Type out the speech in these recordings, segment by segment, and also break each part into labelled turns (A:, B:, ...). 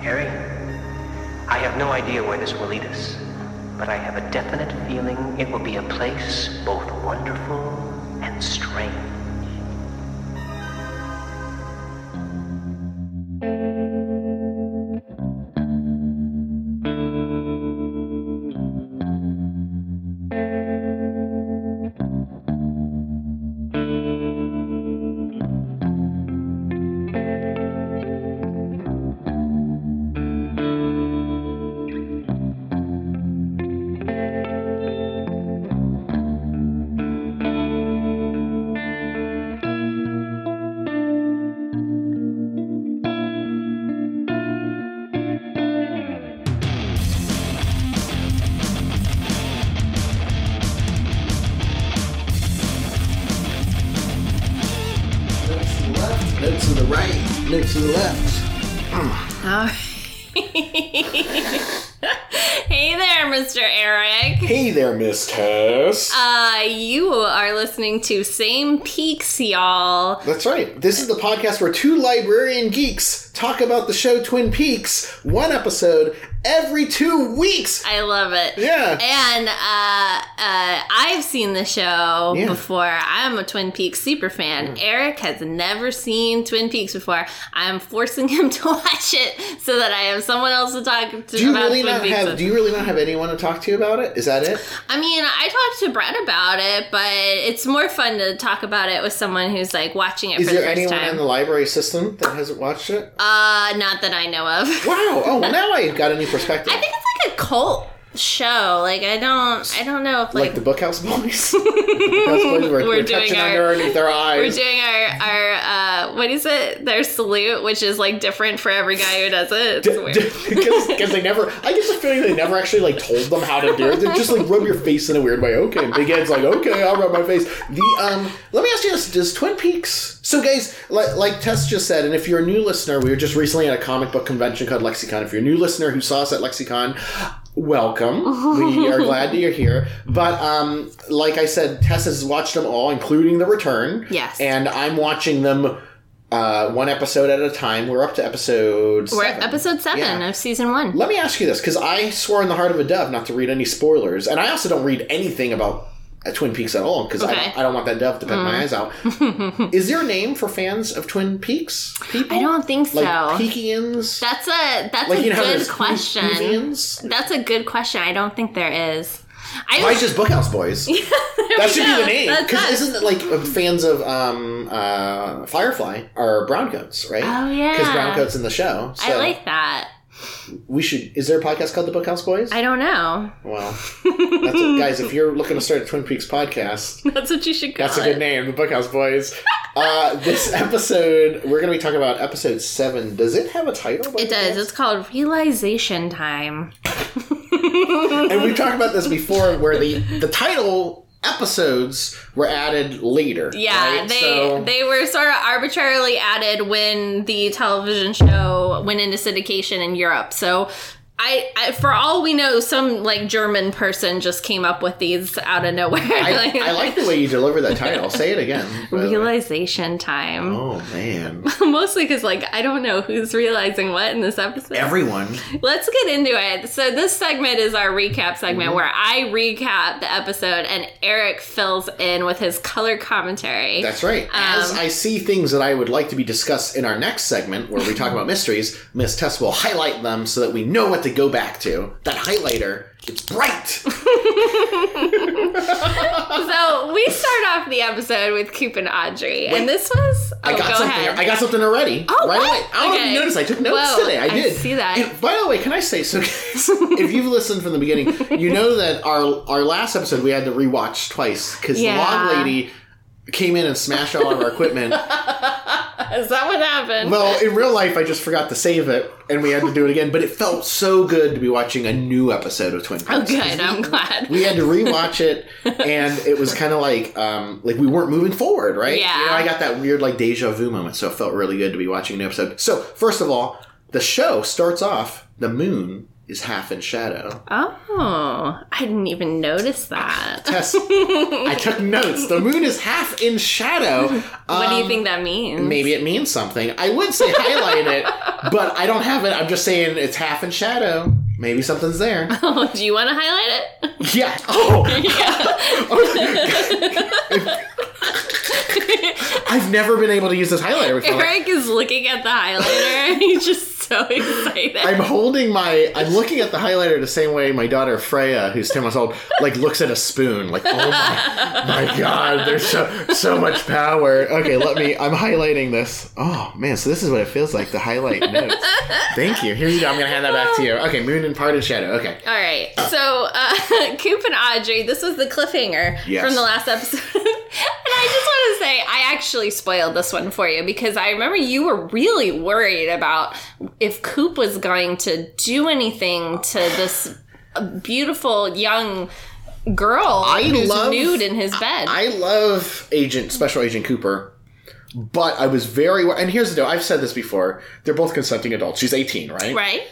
A: Harry, I have no idea where this will lead us, but I have a definite feeling it will be a place both wonderful and strange.
B: Notes to the left, notes to the right, notes to the left.
C: All right. hey there, Mr. Eric.
B: Hey there, Miss Tess.
C: Uh, you are listening to Same Peaks, y'all.
B: That's right. This is the podcast where two librarian geeks talk about the show Twin Peaks, one episode every two weeks.
C: I love it.
B: Yeah.
C: And uh, uh, I've seen the show
B: Yeah. Mm.
C: before. I'm a Twin Peaks super fan. Eric has never seen Twin Peaks before. I'm forcing him to watch it so that I have someone else to talk to
B: Do you
C: about
B: really
C: Twin
B: not
C: Peaks.
B: have?
C: with.
B: Do you really not have anyone to talk to about it? Is that it?
C: I mean, I talked to Brett about it, but it's more fun to talk about it with someone who's like watching it
B: Is
C: for the
B: there
C: first
B: anyone
C: time.
B: in the library system that hasn't watched it?
C: uh, not that I know of.
B: wow. Oh, well, now I've got a new perspective.
C: I think it's like a cult show. Like I don't, I don't know if
B: like
C: like,
B: the Bookhouse Boys. the Bookhouse Boys were,
C: We're
B: were,
C: doing
B: touching
C: our-
B: underneath their
C: we're
B: eyes.
C: doing our our uh, what is it? Their salute, which is like different for every guy who does it. It's weird.
B: Because they never, I get the feeling they never actually like told them how to do it. They just like rub your face in a weird way. Okay, and Big Ed's like, okay, I'll rub my face. The um, let me ask you this: Does Twin Peaks? So, guys, like, like Tess just said, and if you're a new listener, we were just recently at a comic book convention called Lexicon. If you're a new listener who saw us at Lexicon, welcome. we are glad that you're here. But um, like I said, Tess has watched them all, including The Return.
C: Yes.
B: and I'm watching them. Uh, one episode at a time. We're up to episode.
C: We're
B: seven.
C: at episode seven
B: Yeah.
C: of season one.
B: Let me ask you this, because I swore in the heart of a dove not to read any spoilers, and I also don't read anything about uh, Twin Peaks at all, because I,
C: Okay. Mm.
B: don't, I don't want that dove to poke my eyes out. Is there a name for fans of Twin Peaks? People?
C: I don't think so.
B: like Peakians?
C: that's a that's
B: like
C: a good
B: there's
C: question.
B: Peakians?
C: That's a good question. I don't think there is. I
B: Why just Bookhouse Boys? that should be the name.
C: That's
B: Because
C: us.
B: isn't it like uh, fans of um, uh, Firefly are browncoats, right?
C: Oh, yeah.
B: Because browncoats in the show. So
C: I like that.
B: we should. Is there a podcast called The Bookhouse Boys?
C: I don't know.
B: Well, that's it. guys. If you're looking to start a Twin Peaks podcast,
C: That's what you should call
B: that's a good name, the Bookhouse Boys. Uh, this episode, we're going to be talking about episode seven. Does it have a title? by
C: It does.
B: chance?
C: It's called Realization Time.
B: and we talked about this before, where the the title episodes were added later.
C: Yeah,
B: right?
C: they
B: So-
C: they were sort of arbitrarily added when the television show went into syndication in Europe. So. I, I, for all we know, some like German person just came up with these out of nowhere.
B: I, I like the way you deliver that title. Say it again. by the way.
C: realization time,
B: Oh man,
C: mostly because like I don't know who's realizing what in this episode.
B: everyone.
C: Let's get into it. So this segment is our recap segment
B: Mm-hmm.
C: where I recap the episode and Eric fills in with his color commentary.
B: That's right. As
C: Um,
B: I see things that I would like to be discussed in our next segment, where we talk about mysteries, Miss Tess will highlight them so that we know what to go back to. That highlighter, it's bright.
C: so we start off the episode with Coop and Audrey, and this was oh,
B: I got
C: go
B: something.
C: ahead.
B: I got something already.
C: Oh,
B: right
C: what?
B: away. I don't know if
C: Okay.
B: you noticed. I took notes
C: Whoa,
B: today. I
C: I
B: did
C: see that.
B: And by the way, can I say so? guys, if you've listened from the beginning, you know that our our last episode we had to rewatch twice because
C: Yeah.
B: Log Lady came in and smashed all of our equipment.
C: Is that what happened?
B: Well, in real life, I just forgot to save it, and we had to do it again. But it felt so good to be watching a new episode of Twin Peaks.
C: oh, good. I'm glad.
B: We had to rewatch it, and it was kind of like um, like we weren't moving forward, right?
C: Yeah.
B: You know, I got that weird like deja vu moment, so it felt really good to be watching a new episode. So first of all, the show starts off the moon is half in shadow.
C: Oh, I didn't even notice that.
B: Tess, I took notes. The moon is half in shadow.
C: what do you
B: Um,
C: think that means?
B: Maybe it means something. I would say highlight it, but I don't have it. I'm just saying it's half in shadow. Maybe something's there.
C: Oh, do you want to highlight it?
B: Yeah. Oh,
C: yeah.
B: I've never been able to use this highlighter before.
C: Eric is looking at the highlighter. He's just so excited.
B: I'm holding my. I'm looking at the highlighter the same way my daughter Freya, who's ten months old, like looks at a spoon. Like, oh my, my god, there's so so much power. Okay, let me. I'm highlighting this. Oh man, so this is what it feels like to highlight notes. Thank you. Here you go. I'm gonna hand that back to you. Okay, moon and parted shadow. Okay.
C: All right. So, uh, Coop and Audrey, this was the cliffhanger
B: Yes.
C: from the last episode. and I just want to say, I actually spoiled this one for you because I remember you were really worried about if Coop was going to do anything to this beautiful young girl
B: I
C: who's
B: love-
C: nude in his bed.
B: I love Agent Special Agent Cooper, but I was very. And here's the deal. I've said this before. They're both consenting adults. She's 18, right?
C: right?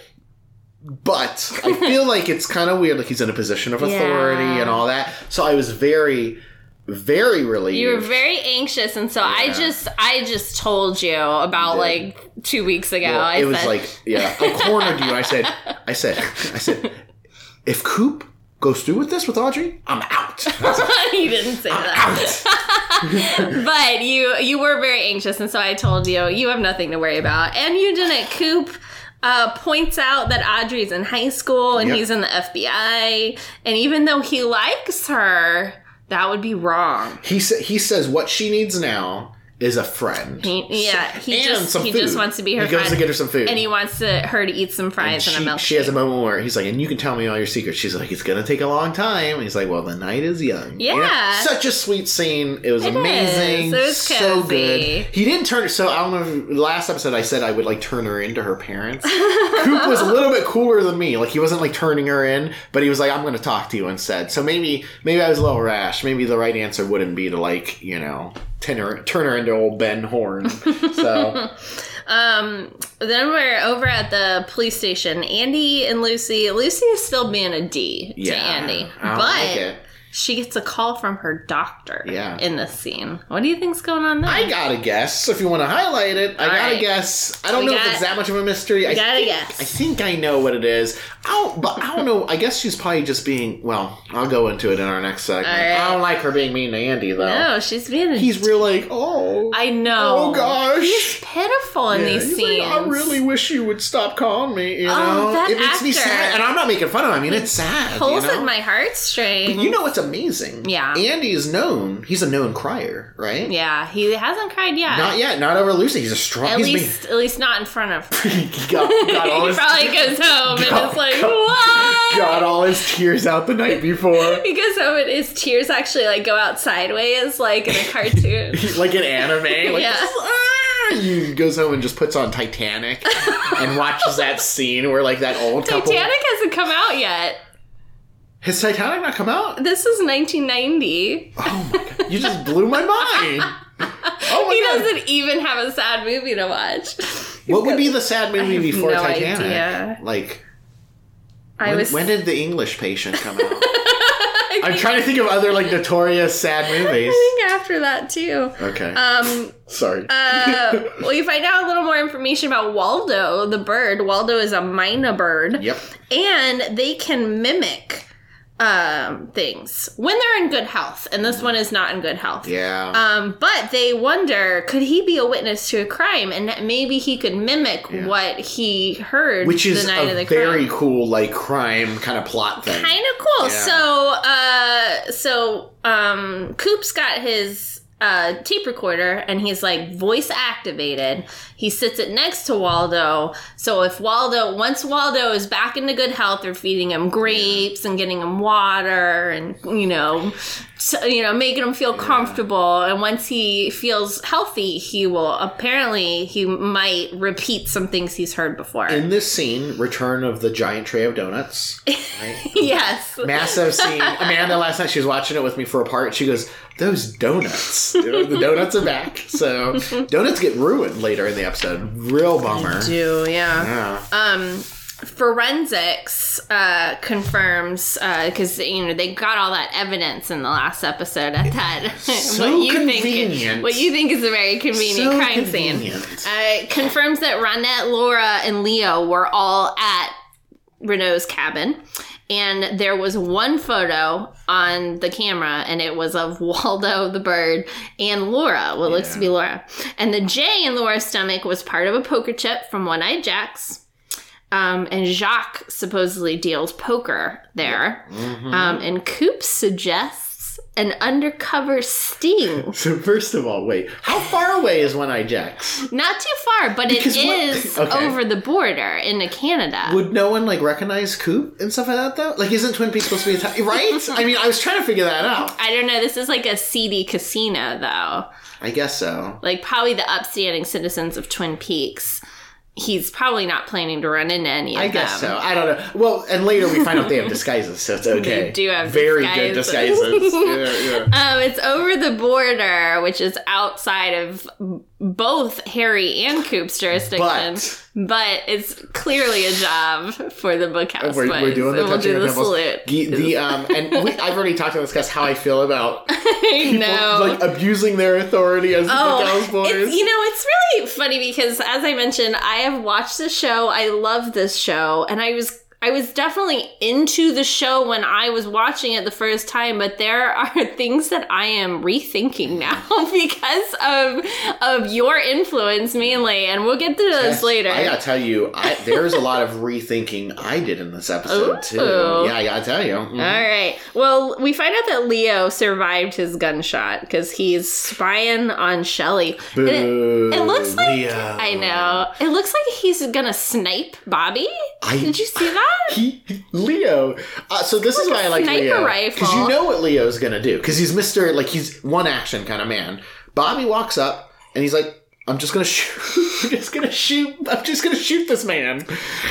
B: But I feel like it's kind of weird. Like he's in a position of authority
C: Yeah.
B: and all that. So I was very, very relieved.
C: You were very anxious, and so I just, I just told you about
B: You did.
C: like two weeks ago.
B: Well,
C: oh, I
B: it was
C: said,
B: like, yeah, I cornered you. I said, I said, I said, if Coop goes through with this with Audrey, I'm out.
C: you didn't say that.
B: out.
C: but you you were very anxious and so i told you you have nothing to worry about and you didn't coop uh, points out that audrey's in high school and
B: Yep.
C: he's in the fbi and even though he likes her that would be wrong
B: He sa- he says what she needs now is a friend.
C: he, yeah he
B: and
C: just
B: some
C: he
B: food.
C: just wants to be her
B: He goes
C: friend
B: to get her some food.
C: and he wants to, her to eat some fries and,
B: she,
C: a milkshake
B: she has a moment where he's like, and you can tell me all your secrets. She's like, it's gonna take a long time. And he's like, well, the night is young. You know?
C: Yeah.
B: such a sweet scene. It was
C: It
B: amazing.
C: is. It was
B: so
C: cozy.
B: good. He didn't turn. So I don't know. If, last episode, I said I would like turn her into her parents. Coop was a little bit cooler than me. Like he wasn't like turning her in, but he was like, I'm gonna talk to you instead. So maybe maybe I was a little rash. Maybe the right answer wouldn't be to like you know. Turn her, turn her into old Ben Horn. So
C: Um, then we're over at the police station. Andy and Lucy. Lucy is still being a D
B: yeah, Oh,
C: to Andy,
B: I don't
C: but
B: like it.
C: she gets a call from her doctor.
B: Yeah.
C: In this scene, what do you think's going on there?
B: I gotta guess. If you want to highlight it, I
C: All
B: gotta
C: right.
B: guess. I don't
C: We
B: know if
C: got-
B: it's that much of a mystery. I
C: gotta
B: think,
C: guess.
B: I think I know what it is. I don't, but I don't know. I guess she's probably just being. Well, I'll go into it in our next segment.
C: All right.
B: I don't like her being mean to Andy though.
C: no, she's being a.
B: He's real like, oh,
C: I know.
B: oh gosh.
C: Pitiful in
B: Yeah,
C: these
B: he's
C: scenes.
B: like, I really wish you would stop calling me. You
C: Oh,
B: know,
C: that
B: it makes me
C: actor.
B: sad, and I'm not making fun of him. I mean, it's sad.
C: pulls
B: you know?
C: at my heartstrings.
B: You know what's amazing?
C: Yeah.
B: Andy is known. He's a known crier, right?
C: yeah, he hasn't cried yet.
B: Not yet. Not over Lucy. He's a strong.
C: At
B: he's been-
C: least, at least not in front of. Her.
B: he got, got all
C: he
B: his
C: probably goes home and is like,
B: God.
C: "What?"
B: got all his tears out the night before,
C: Because some of his tears actually like go out sideways, like in a cartoon.
B: like an anime. Like,
C: Yeah.
B: "Ah!" He goes home and just puts on Titanic and watches that scene where like that old couple.
C: Titanic hasn't come out yet.
B: Has Titanic not come out?
C: This is 1990.
B: Oh my god! You just blew my mind. Oh
C: he
B: my god!
C: doesn't even have a sad movie to watch.
B: What would be the sad movie
C: have
B: before
C: no
B: Titanic?
C: idea.
B: Like.
C: I
B: When,
C: was
B: when did the English Patient come out? I'm trying to think of other like notorious sad movies.
C: thinking after that too.
B: Okay,
C: Um,
B: sorry.
C: uh, well, you find out a little more information about Waldo the bird. Waldo is a mina bird,
B: yep.
C: and they can mimic um, things when they're in good health. And this one is not in good health.
B: Yeah.
C: Um, but they wonder could he be a witness to a crime, and that maybe he could mimic
B: Yeah.
C: what he heard
B: which is
C: the night
B: a
C: of the
B: very
C: crime.
B: cool like crime kind of plot thing.
C: Kind of cool.
B: Yeah.
C: So, uh, so um, Coop's got his uh, tape recorder, and he's like voice activated. He sits it next to Waldo. So if Waldo, once Waldo is back into good health, they're feeding him grapes and getting him water, and you know, so, you know, making him feel comfortable. And once he feels healthy, he will apparently he might repeat some things he's heard before.
B: In this scene, return of the giant tray of donuts. Right?
C: yes.
B: Massive scene. Amanda last night she was watching it with me for a part. She goes, "Those donuts. the donuts are back." So donuts get ruined later in the episode. Real bummer.
C: do yeah.
B: Yeah.
C: Um, forensics uh, confirms because you know they got all that evidence in the last episode at that
B: So convenient.
C: think what you think is a very convenient
B: So
C: crime
B: convenient.
C: scene uh, confirms that Ronette, Laura, and Leo were all at Renault's cabin. And there was one photo on the camera, and it was of Waldo the bird and Laura, what looks to be Laura. And the J in Laura's stomach was part of a poker chip from One Eyed Jack's. Um, and Jacques supposedly deals poker there.
B: Mm-hmm.
C: Um, and Coop suggests an undercover sting.
B: So first of all, wait, how far away is One Eye Jax?
C: Not too far, but it
B: Because what-
C: is
B: Okay.
C: over the border into Canada.
B: Would no one like recognize Coop and stuff like that though? Like, isn't Twin Peaks supposed to be Italian? Right? I mean, I was trying to figure that out.
C: I don't know. This is like a seedy casino, though.
B: I guess so.
C: Like probably the upstanding citizens of Twin Peaks. He's probably not planning to run into any of
B: I guess
C: them.
B: so. I don't know. Well, and later we find out they have disguises, so it's okay.
C: They do have
B: very
C: disguises.
B: good disguises. yeah, yeah.
C: Um, it's over the border, which is outside of both Harry and Coop's jurisdiction.
B: But-
C: But it's clearly a job for the bookhouse.
B: We're, we're
C: boys,
B: doing the
C: and we'll
B: touching
C: do
B: of
C: the
B: nipples.
C: salute.
B: The, the, um, and we, I've already talked to this guest how I feel about
C: I know. Oh,
B: like abusing their authority as the Dallas boys.
C: It's, you know, it's really funny because as I mentioned, I have watched the show. I love this show, and I was I was definitely into the show when I was watching it the first time, but there are things that I am rethinking now because of of your influence mainly, and we'll get to those later.
B: I gotta tell you, I, there's a lot of rethinking I did in this episode too.
C: Ooh.
B: Yeah, I gotta tell you. Mm.
C: All right. Well, we find out that Leo survived his gunshot because he's spying on Shelly. And it-
B: Boo,
C: it looks like-
B: Leo.
C: I know. It looks like he's gonna snipe Bobby.
B: I-
C: Did you see that?
B: He, Leo. Uh, so this is
C: like
B: why
C: a
B: I like
C: sniper
B: Leo
C: rifle.
B: because you know what Leo's gonna do because he's Mister like he's one action kind of man. Bobby walks up and he's like, "I'm just gonna shoot. I'm just gonna shoot. I'm just gonna shoot this man."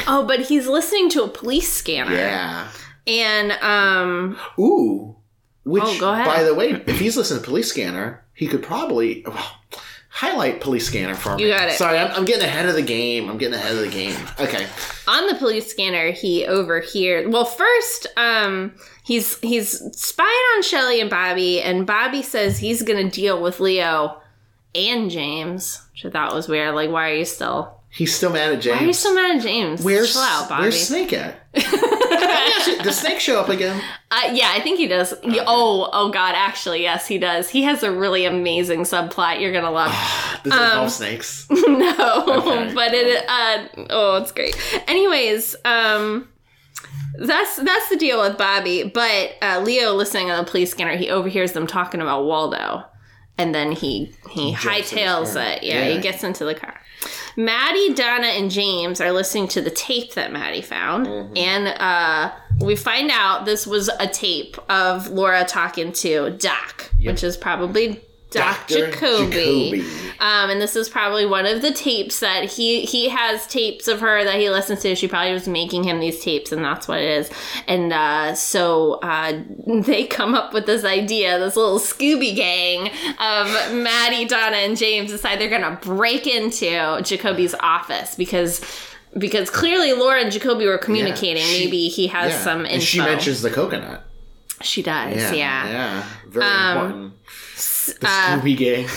C: Oh, but he's listening to a police scanner.
B: Yeah.
C: And um
B: Ooh. Which,
C: Oh, go ahead.
B: by the way, if he's listening to Police Scanner, he could probably well, highlight Police Scanner for me.
C: You got it.
B: Sorry, I'm, I'm getting ahead of the game. I'm getting ahead of the game. Okay.
C: on the police scanner he overhears well first um he's he's spying on Shelly and Bobby and Bobby says he's gonna deal with Leo and James, which I thought was weird. Like why are you still
B: He's still mad at James.
C: why are you still mad at James?
B: Where's,
C: Chill out, Bobby.
B: where's Snake at? Does Snake show up again?
C: Uh, yeah, I think he does. He- oh, oh God! Actually, yes, he does. He has a really amazing subplot. You're gonna love.
B: This
C: Um,
B: involves snakes.
C: no,
B: Okay.
C: but it. Uh, oh, it's great. Anyways, um, that's that's the deal with Bobby. But uh, Leo, listening on the police scanner, he overhears them talking about Waldo, and then he he hightails
B: car.
C: it. Yeah,
B: Yeah.
C: he gets into the car. Maddie, Donna, and James are listening to the tape that Maddie found,
B: Mm-hmm.
C: and uh, we find out this was a tape of Laura talking to Doc, which is probably Doc
B: Dr.
C: Jacoby.
B: Jacoby.
C: Um, and this is probably one of the tapes that he he has tapes of her that he listens to. She probably was making him these tapes, and that's what it is. And uh, so uh, they come up with this idea, this little Scooby gang of Maddie, Donna, and James decide they're gonna break into Jacoby's office because because clearly Laura and Jacoby were communicating.
B: she-
C: Maybe he has
B: Yeah.
C: some info.
B: And she mentions the coconut.
C: She does,
B: Yeah.
C: yeah. Um, uh,
B: yeah. Very important. The Scooby Gang.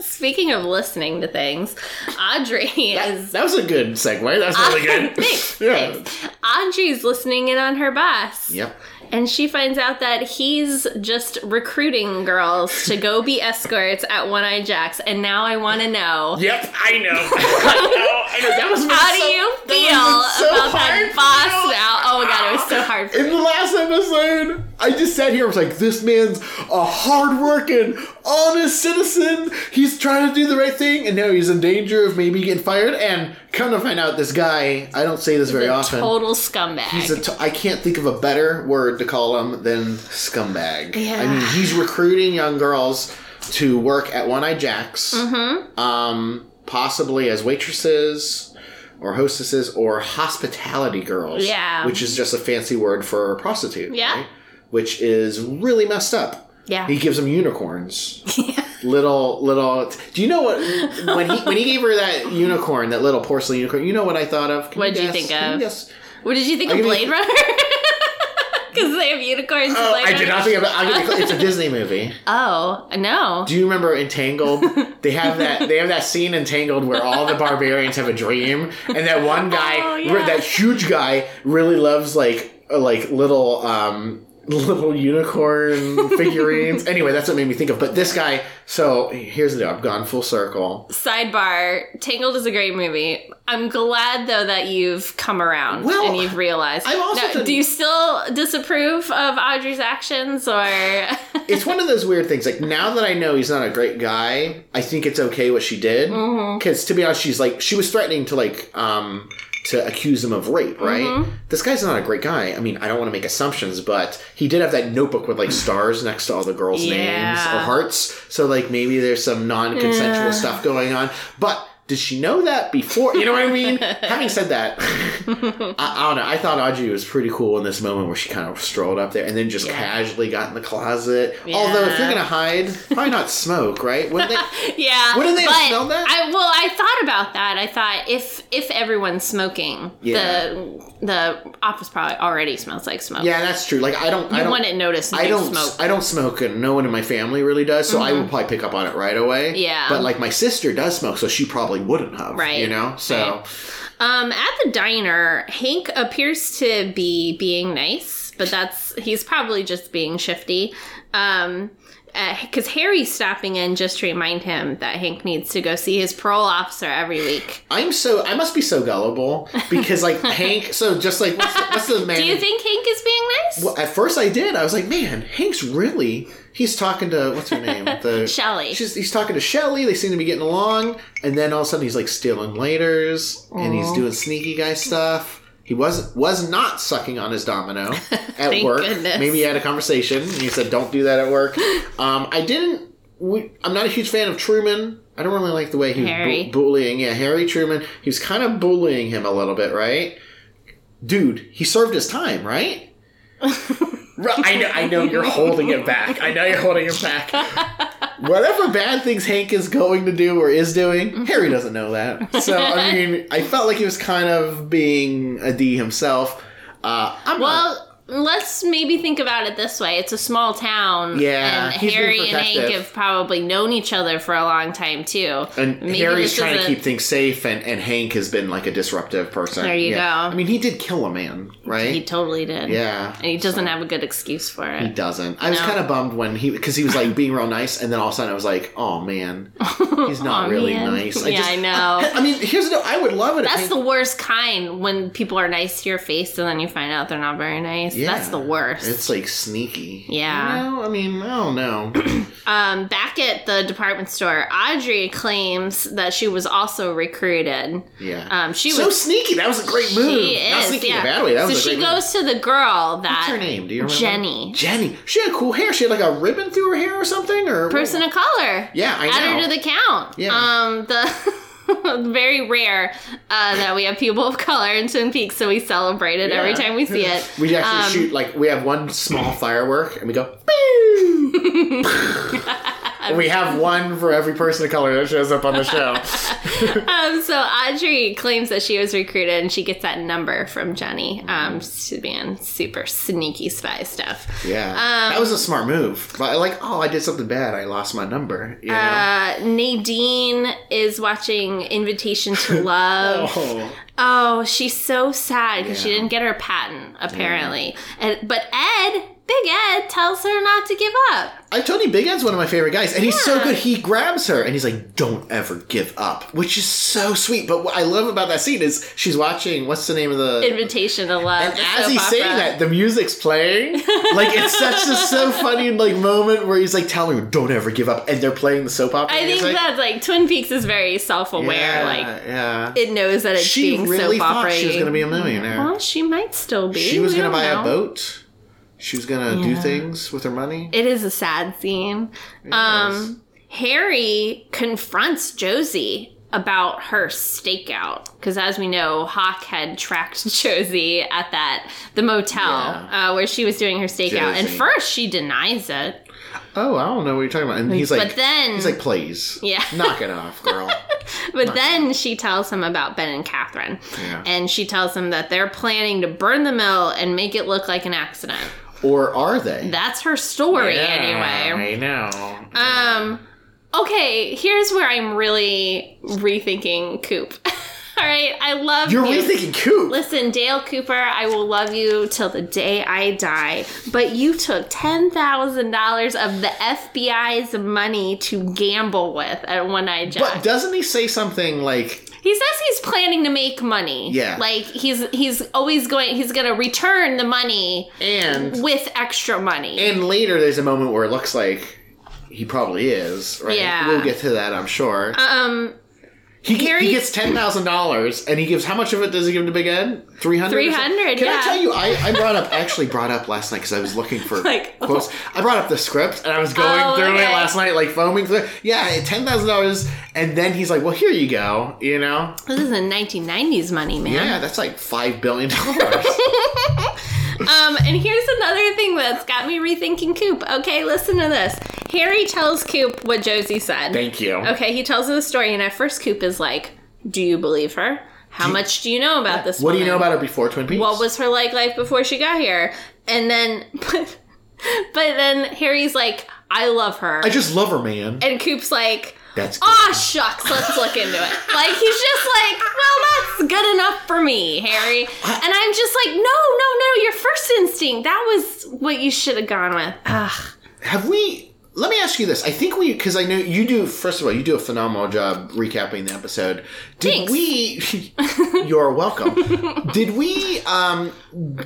C: Speaking of listening to things, Audrey is
B: That was a good segue. That was really good.
C: Thanks,
B: yeah.
C: thanks. Audrey's listening in on her boss.
B: Yep.
C: And she finds out that he's just recruiting girls to go be escorts at One Eye Jack's. And now I want to know
B: Yep, I know. I know. I know. That was
C: how do you feel about that boss now? Oh my god, it was so hard. For
B: In the last episode, I just sat here. I was like, "This man's a hardworking, honest citizen. He's trying to do the right thing, and now he's in danger of maybe getting fired." And come to find out, this guy—I don't say this very often.
C: Total scumbag.
B: He's a t- I can't think of a better word to call him than scumbag.
C: Yeah.
B: I mean, he's recruiting young girls to work at One Eye Jack's,
C: Mm-hmm.
B: um, possibly as waitresses or hostesses or hospitality girls.
C: Yeah.
B: Which is just a fancy word for prostitute.
C: Yeah.
B: right? Which is really messed up.
C: Yeah.
B: He gives them unicorns. little little. Do you know what when he when he gave her that unicorn, that little porcelain unicorn? You know what I thought of? Can
C: What'd you
B: guess?
C: think
B: Can
C: of?
B: guess?
C: What did you think
B: I'll
C: of
B: give you-
C: Blade Runner? Because they have unicorns. in
B: Oh,
C: Blade
B: I did
C: Runner.
B: not think of it. I'll give you a clue. It's a Disney movie.
C: Oh no!
B: Do you remember Entangled? They have that. They have that scene Entangled where all the barbarians have a dream, and that one guy,
C: Oh, yeah.
B: that huge guy, really loves like uh, like little um little unicorn figurines. anyway, that's what made me think of. But this guy. So here's the deal. I've gone full circle.
C: Sidebar: Tangled is a great movie. I'm glad though that you've come around
B: Well,
C: and you've realized.
B: I've also
C: Now,
B: done-
C: do you still disapprove of Audrey's actions, or
B: It's one of those weird things. Like now that I know he's not a great guy, I think it's okay what she did.
C: Mm-hmm.
B: Because to be honest, she's like she was threatening to like um to accuse him of rape, right?
C: Mm-hmm.
B: This guy's not a great guy. I mean, I don't want to make assumptions, but he did have that notebook with like stars next to all the girls' names
C: Yeah.
B: or hearts. So like maybe there's some non-consensual
C: Yeah.
B: stuff going on, but. Did she know that before? You know what I mean? Having said that, I, I don't know. I thought Audrey was pretty cool in this moment where she kind of strolled up there and then just casually got in the closet. Although, if you're going
C: Yeah.
B: to hide, probably not smoke, right? Wouldn't they?
C: yeah?
B: Wouldn't they have
C: but
B: smelled that?
C: I well, I thought about that. I thought if if everyone's smoking,
B: Yeah.
C: the the office probably already smells like smoke.
B: Yeah, that's true. Like, I don't. I
C: you
B: don't
C: wouldn't notice.
B: I
C: you
B: don't.
C: smoke. Mm-hmm.
B: I don't smoke, and no one in my family really does. So I would probably pick up on it right away.
C: Yeah.
B: But like my sister does smoke, so she probably wouldn't have.
C: Right.
B: You know. So
C: Right. Um, at the diner, Hank appears to be being nice, but that's he's probably just being shifty. Um, because Harry's stopping in just to remind him that Hank needs to go see his parole officer every week.
B: I'm so. I must be so gullible because like Hank. So just like what's the, what's the man?
C: Do you think Hank is being nice?
B: Well, at first I did. I was like, man, Hank's really. He's talking to what's her name? The
C: Shelley.
B: She's, he's talking to Shelly. They seem to be getting along, and then all of a sudden he's like stealing lighters and he's doing sneaky guy stuff. He was was not sucking on his domino at
C: Thank
B: work.
C: goodness.
B: Maybe he had a conversation. And he said, "Don't do that at work." Um, I didn't. We, I'm not a huge fan of Truman. I don't really like the way he was
C: Harry.
B: bu- bullying. Yeah, Harry Truman. He was kind of bullying him a little bit, right? Dude, he served his time, right? Ru- I know, I know you're holding it back. I know you're holding it back. Whatever bad things Hank is going to do or is doing, Harry doesn't know that. So I mean, I felt like he was kind of being a D himself. Uh, I'm not-
C: Well, let's maybe think about it this way: it's a small town,
B: Yeah,
C: and
B: he's being
C: Harry and Hank
B: protective.
C: have probably known each other for a long time too.
B: and
C: maybe
B: Harry's
C: this
B: trying to
C: is a-
B: keep things safe, and, and Hank has been like a disruptive person.
C: There you
B: Yeah.
C: go.
B: I mean, he did kill a man, right?
C: He totally did.
B: yeah.
C: and he doesn't have a good excuse for it.
B: He doesn't. I was
C: No.
B: kind of bummed when he because he was like being real nice, and then all of a sudden I was like, "Oh man, he's not
C: Aw,
B: really
C: man.
B: nice." I
C: Yeah,
B: just,
C: I know.
B: I, I mean, here's the. I would love it. if
C: That's
B: Hank-
C: the worst kind when people are nice to your face and then you find out they're not very nice.
B: Yeah.
C: That's the worst.
B: It's like sneaky.
C: Yeah.
B: You know? I mean, I don't know.
C: um, back at the department store, Audrey claims that she was also recruited.
B: Yeah.
C: Um, she
B: so
C: was.
B: sneaky. That was a great move.
C: She
B: Not
C: is.
B: sneaky
C: yeah.
B: in a bad way. That
C: so
B: was a
C: she
B: great move.
C: goes to the girl that
B: What's her name? Do you remember?
C: Jenny.
B: Jenny. She had cool hair. She had like a ribbon through her hair or something. Or
C: person of color.
B: Yeah, I
C: Add
B: know.
C: her to the count.
B: Yeah.
C: Um, the very rare uh, that we have people of color in Twin Peaks, so we celebrate it every
B: Yeah.
C: time we see it.
B: We actually
C: Um,
B: shoot like we have one small firework and we go. "Boo!" And we have one for every person of color that shows up on the show.
C: Um, so Audrey claims that she was recruited and she gets that number from Jenny. Um, she's being super sneaky spy stuff.
B: Yeah,
C: Um,
B: that was a smart move. But like, oh, I did something bad. I lost my number. You know?
C: Uh, Nadine is watching Invitation to Love. oh.
B: oh,
C: she's so sad because she
B: Yeah.
C: didn't get her patent, apparently. And, but Ed, Big Ed, tells her not to give up.
B: I told you, Big Ed's one of my favorite guys, and he's so
C: Yeah.
B: good. He grabs her and he's like, "Don't ever give up," which is so sweet. But what I love about that scene is she's watching. What's the name of the?
C: Invitation to Love.
B: and
C: the
B: as
C: soap
B: he's saying
C: opera.
B: that, the music's playing. Like it's such a so funny like moment where he's like telling her, "Don't ever give up," and they're playing the soap opera.
C: I think
B: music.
C: that's like Twin Peaks is very self aware.
B: yeah,
C: Like,
B: yeah.
C: it knows that it's
B: she
C: being
B: really
C: soap
B: thought
C: opera.
B: she was going to be a millionaire.
C: Well, she might still be.
B: She was
C: We
B: going to
C: don't
B: buy
C: know.
B: a boat. She was going to do
C: Yeah.
B: things with her money.
C: It is a sad scene. Um, Harry confronts Josie about her stakeout because as we know hawk had tracked josie at that the motel uh, where she was doing her stakeout and
B: Josie.
C: first she denies it
B: Oh, I don't know what you're talking about. And he's like,
C: But then-
B: he's like, please,
C: Yeah.
B: knock it off, girl.
C: but then she tells him about ben and catherine
B: Yeah.
C: and she tells him that they're planning to burn the mill and make it look like an accident
B: or are they?
C: that's her story anyway
B: I know.
C: Um, okay, here's where I'm really rethinking Coop. All right, I love
B: You're
C: you.
B: rethinking Coop.
C: Listen, Dale Cooper, I will love you till the day I die, but you took $10,000 of the FBI's money to gamble with at One Eye Jack.
B: But doesn't he say something like,
C: He says he's planning to make money.
B: Yeah.
C: Like he's he's always going he's going to return the money
B: and
C: with extra money.
B: and later there's a moment where it looks like he probably is. Right?
C: Yeah.
B: We'll get to that, I'm sure.
C: um
B: he, ge-
C: Harry-
B: he gets ten thousand dollars, and he gives how much of it does he give to Big Ed? Three hundred.
C: 300,
B: Can
C: yeah.
B: I tell you? I, I brought up actually brought up last night because I was looking for
C: Like, oh.
B: quotes. I brought up the script and I was going
C: Oh,
B: through
C: okay.
B: it last night, like foaming through. it. Yeah, ten thousand dollars, and then he's like, "Well, here you go," you know.
C: this is in 1990s money, man.
B: Yeah, that's like five billion dollars.
C: Um, and here's another thing that's got me rethinking Coop. Okay, listen to this. Harry tells Coop what Josie said.
B: Thank you.
C: Okay, he tells her the story, and at first Coop is like, "Do you believe her? How much do you know about this?
B: What do you
C: woman?
B: know about her before Twin Peaks?
C: What was her like life before she got here?" And then, but, but then Harry's like, "I love her,"
B: I just love her, man.
C: and Coop's like.
B: That's good.
C: Aw, shucks, let's look into it. Like, he's just like, well, that's good enough for me, Harry. And I'm just like, no, no, no, your first instinct, that was what you should have gone with. Ugh.
B: Have we? Let me ask you this. I think we, because I know you do. First of all, you do a phenomenal job recapping the episode. Did
C: Thanks.
B: we? you're welcome. Did we um,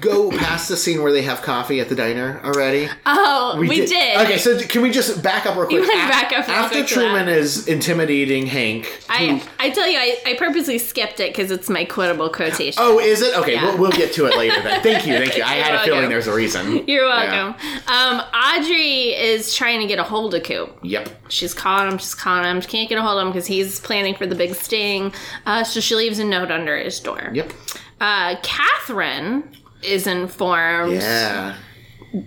B: go past the scene where they have coffee at the diner already?
C: Oh, we, did.
B: Okay, so d- can we just back up real quick?
C: wanna
B: Af-
C: back up real
B: after
C: quick to
B: Truman
C: that?
B: is intimidating Hank.
C: I, I tell you, I, I purposely skipped it because it's my quotable quotation.
B: Oh, is it? Okay, we'll,
C: Yeah.
B: we'll get to it later. Then. Thank you, thank you. I
C: You're
B: had a feeling
C: welcome.
B: there's a reason.
C: You're
B: Yeah.
C: welcome. Um, Audrey is trying to get a hold of Coop.
B: Yep.
C: She's calling him, she's calling him, she can't get a hold of him because he's planning for the big sting. Uh, so she leaves a note under his door.
B: Yep.
C: Uh, Catherine is informed
B: Yeah.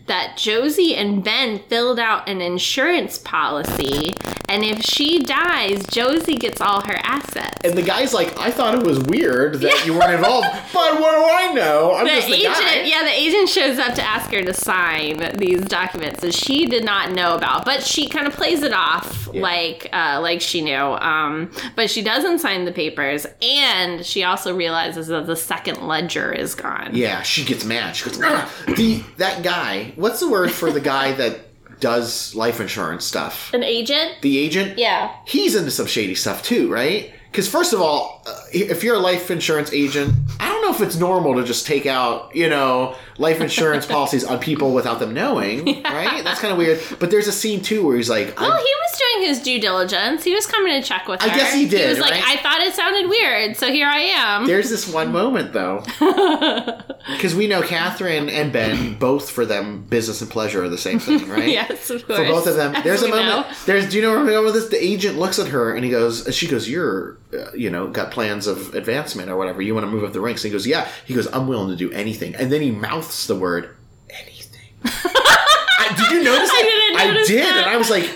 C: that Josie and Ben filled out an insurance policy, and if she dies, Josie gets all her assets.
B: And the guy's like, I thought it was weird that you weren't involved, but what do I know? I'm
C: The
B: just the
C: agent,
B: guy.
C: yeah, the agent shows up to ask her to sign these documents that she did not know about, but she kind of plays it off like uh, like she knew. Um, but she doesn't sign the papers, and she also realizes that the second ledger is gone.
B: Yeah, she gets mad. She goes, "Ah, the that guy. What's the word for the guy that does life insurance stuff?
C: An agent,
B: The agent.
C: yeah.
B: he's into some shady stuff too, right? Because first of all, uh, if you're a life insurance agent, I don't know if it's normal to just take out, you know, life insurance policies on people without them knowing, right? That's kind of weird. But there's a scene too where he's like,
C: Well,
B: I'm-
C: Oh, he was doing his due diligence. He was coming to check with her.
B: I guess he
C: He
B: did,
C: was like,
B: right?
C: I thought it sounded weird, so here I am.
B: There's this one moment though, because we know Catherine and Ben both for them business and pleasure are the same thing, right?
C: yes, of course.
B: For both of them,
C: As
B: there's a
C: we
B: moment.
C: know.
B: There's. Do you know where I'm going with this? The agent looks at her and he goes, and she goes, "You're, uh, you know, got plans of advancement or whatever. You want to move up the ranks?" And he goes, "Yeah." He goes, "I'm willing to do anything." And then he mouths the word anything. I, did you notice that?
C: didn't notice
B: did,
C: that.
B: and I was like,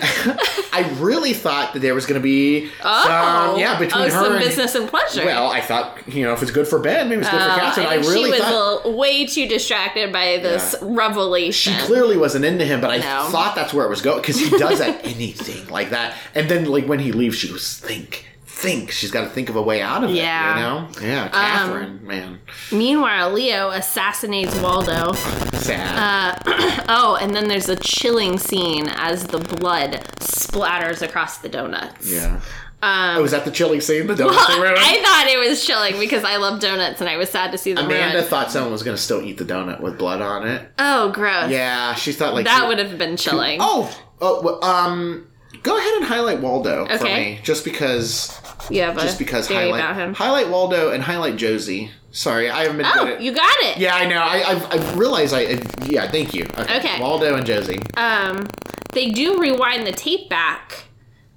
B: I really thought that there was going to be
C: Oh,
B: some, yeah, between
C: oh,
B: her
C: some
B: and
C: business and pleasure.
B: well, I thought, you know, if it's good for Ben, maybe it's good
C: Oh,
B: for Catherine. I,
C: think
B: really
C: she was
B: thought
C: a little- way too distracted by this revelation.
B: she clearly wasn't into him, but I
C: No.
B: thought that's where it was going because he does that anything like that. And then, like when he leaves, she goes think, think. She's got to think of a way out of
C: Yeah. Um,
B: it. You know, yeah, Catherine, man,
C: Meanwhile, Leo assassinates Waldo.
B: sad.
C: Oh, and then there's a chilling scene as the blood splatters across the donuts.
B: yeah. oh, was that the chilling scene? The donuts they were in?
C: um, I thought it was chilling because I love donuts and I was sad to see them
B: Amanda
C: ruined.
B: thought someone was going to still eat the donut with blood on it.
C: Oh, gross.
B: Yeah, she thought like
C: That would have been chilling.
B: Oh, oh, well, um, go ahead and highlight Waldo for
C: Okay.
B: me, just because
C: you have a
B: just because
C: theory
B: highlight
C: about him.
B: highlight Waldo and highlight Josie. Sorry, I haven't been good
C: Oh,
B: at.
C: you got it.
B: yeah, I know. I I've, I've realized I I- yeah. Thank you. Okay.
C: Okay.
B: Waldo and Josie.
C: Um, they do rewind the tape back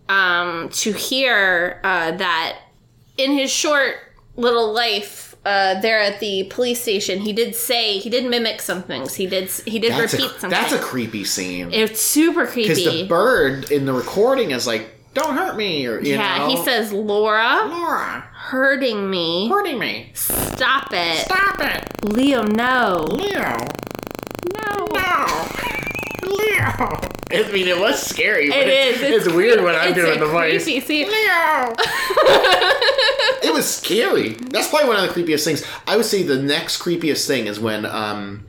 C: um, to hear uh, that in his short little life uh, there at the police station, he did say he did mimic some things. He did s- he did
B: That's a,
C: repeat something.
B: that's a creepy scene.
C: it's super
B: Because
C: creepy.
B: the bird in the recording is like, don't hurt me. Or, you
C: yeah,
B: know,
C: he says, "Laura,
B: Laura,
C: hurting me.
B: hurting me.
C: Stop it,
B: Stop it.
C: Leo. No,
B: Leo.
C: no."
B: No. Leo. I mean, it was scary. But
C: It is.
B: It's, weird when I'm
C: it's
B: doing
C: a
B: the voice.
C: creepy scene.
B: Leo. it was scary. That's probably one of the creepiest things. I would say the next creepiest thing is when um,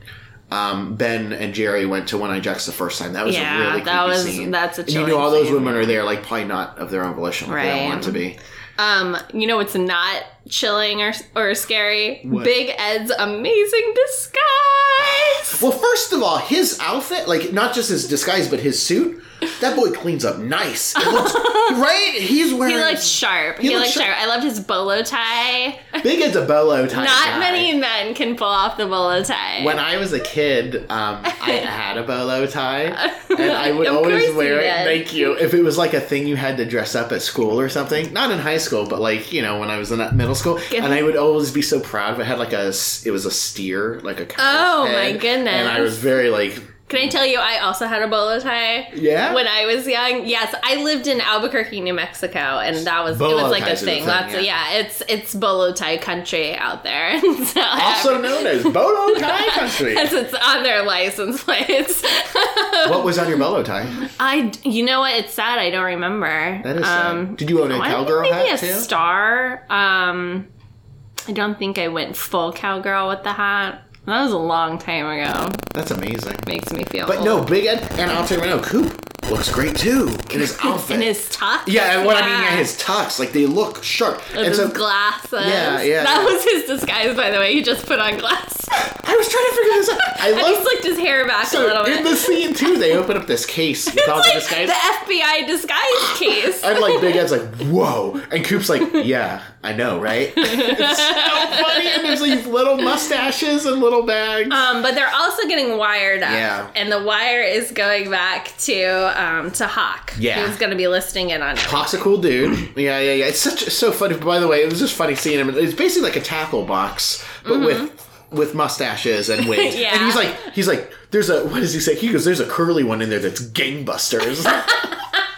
B: um, Ben and Jerry went to One Eye Jack's the first time. That was
C: Yeah,
B: a really creepy
C: that was-
B: scene.
C: that's a
B: And you know
C: chilling
B: all those
C: scene.
B: women are there, like probably not of their own volition, like they
C: Right.
B: don't want to be.
C: Um, you know what's not chilling or or scary?
B: What?
C: Big Ed's amazing disguise.
B: Well, first of all, his outfit, like not just his disguise, but his suit, that boy cleans up nice. It looks, right? He's wearing.
C: He looked sharp. He,
B: looked
C: looked sharp.
B: sharp. Oh
C: I loved his bolo tie.
B: Big Ed's a bolo tie.
C: Not
B: guy.
C: many men can pull off the bolo tie.
B: When I was a kid, um, I had a bolo tie, and I would
C: Of course
B: always
C: you
B: wear it.
C: did.
B: Thank you. If it was like a thing you had to dress up at school or something, not in high school, but like you know when I was in that middle school,
C: Good.
B: and I would always be so proud. If I had like a, s- it was a steer, like a cow's
C: Oh, my
B: head,
C: goodness.
B: and I was very like,
C: Can I tell you, I also had a bolo tie.
B: Yeah?
C: When I was young, yes, I lived in Albuquerque, New Mexico, and that was it
B: Bolo
C: was like a
B: ties are the
C: thing.
B: thing,
C: Lots of, yeah,
B: yeah.
C: it's it's bolo tie country out there. And so
B: also known as bolo tie country.
C: Because it's on their license plates.
B: what was on your bolo tie?
C: I, you know what? It's sad. I don't remember.
B: That is. Um, Did you own a
C: I think
B: cowgirl
C: maybe
B: hat
C: a
B: too?
C: star. Um, I don't think I went full cowgirl with the hat. That was a long time ago.
B: That's amazing.
C: Makes me feel.
B: But
C: old.
B: no, Big Ed, and I'll tell you right now, Coop looks great too in his outfit.
C: and his tuck.
B: Yeah, and what I mean, yeah, his tux, like they look sharp.
C: With
B: and so
C: his glasses.
B: Yeah, yeah,
C: That
B: yeah.
C: was his disguise, by the way. He just put on glasses.
B: I was trying to figure this out. I
C: and he
B: love
C: slicked his hair back a
B: so
C: little bit.
B: in the scene too. They open up this case with all the
C: it's like
B: disguise. Uh,
C: the FBI disguise case.
B: And like Big Ed's like, whoa, and Coop's like, yeah, I know, right? it's so funny, and there's these little mustaches and little bags.
C: Um, but they're also getting wired up,
B: Yeah.
C: and the wire is going back to um, to Hawk.
B: Yeah.
C: who's going to be listening in on it.
B: Hawk's a cool dude. Yeah, yeah, yeah. It's such so funny. By the way, it was just funny seeing him. It's basically like a tackle box, but with with mustaches and wigs.
C: Yeah.
B: And he's like, he's like, there's a what does he say? He goes, there's a curly one in there that's gangbusters.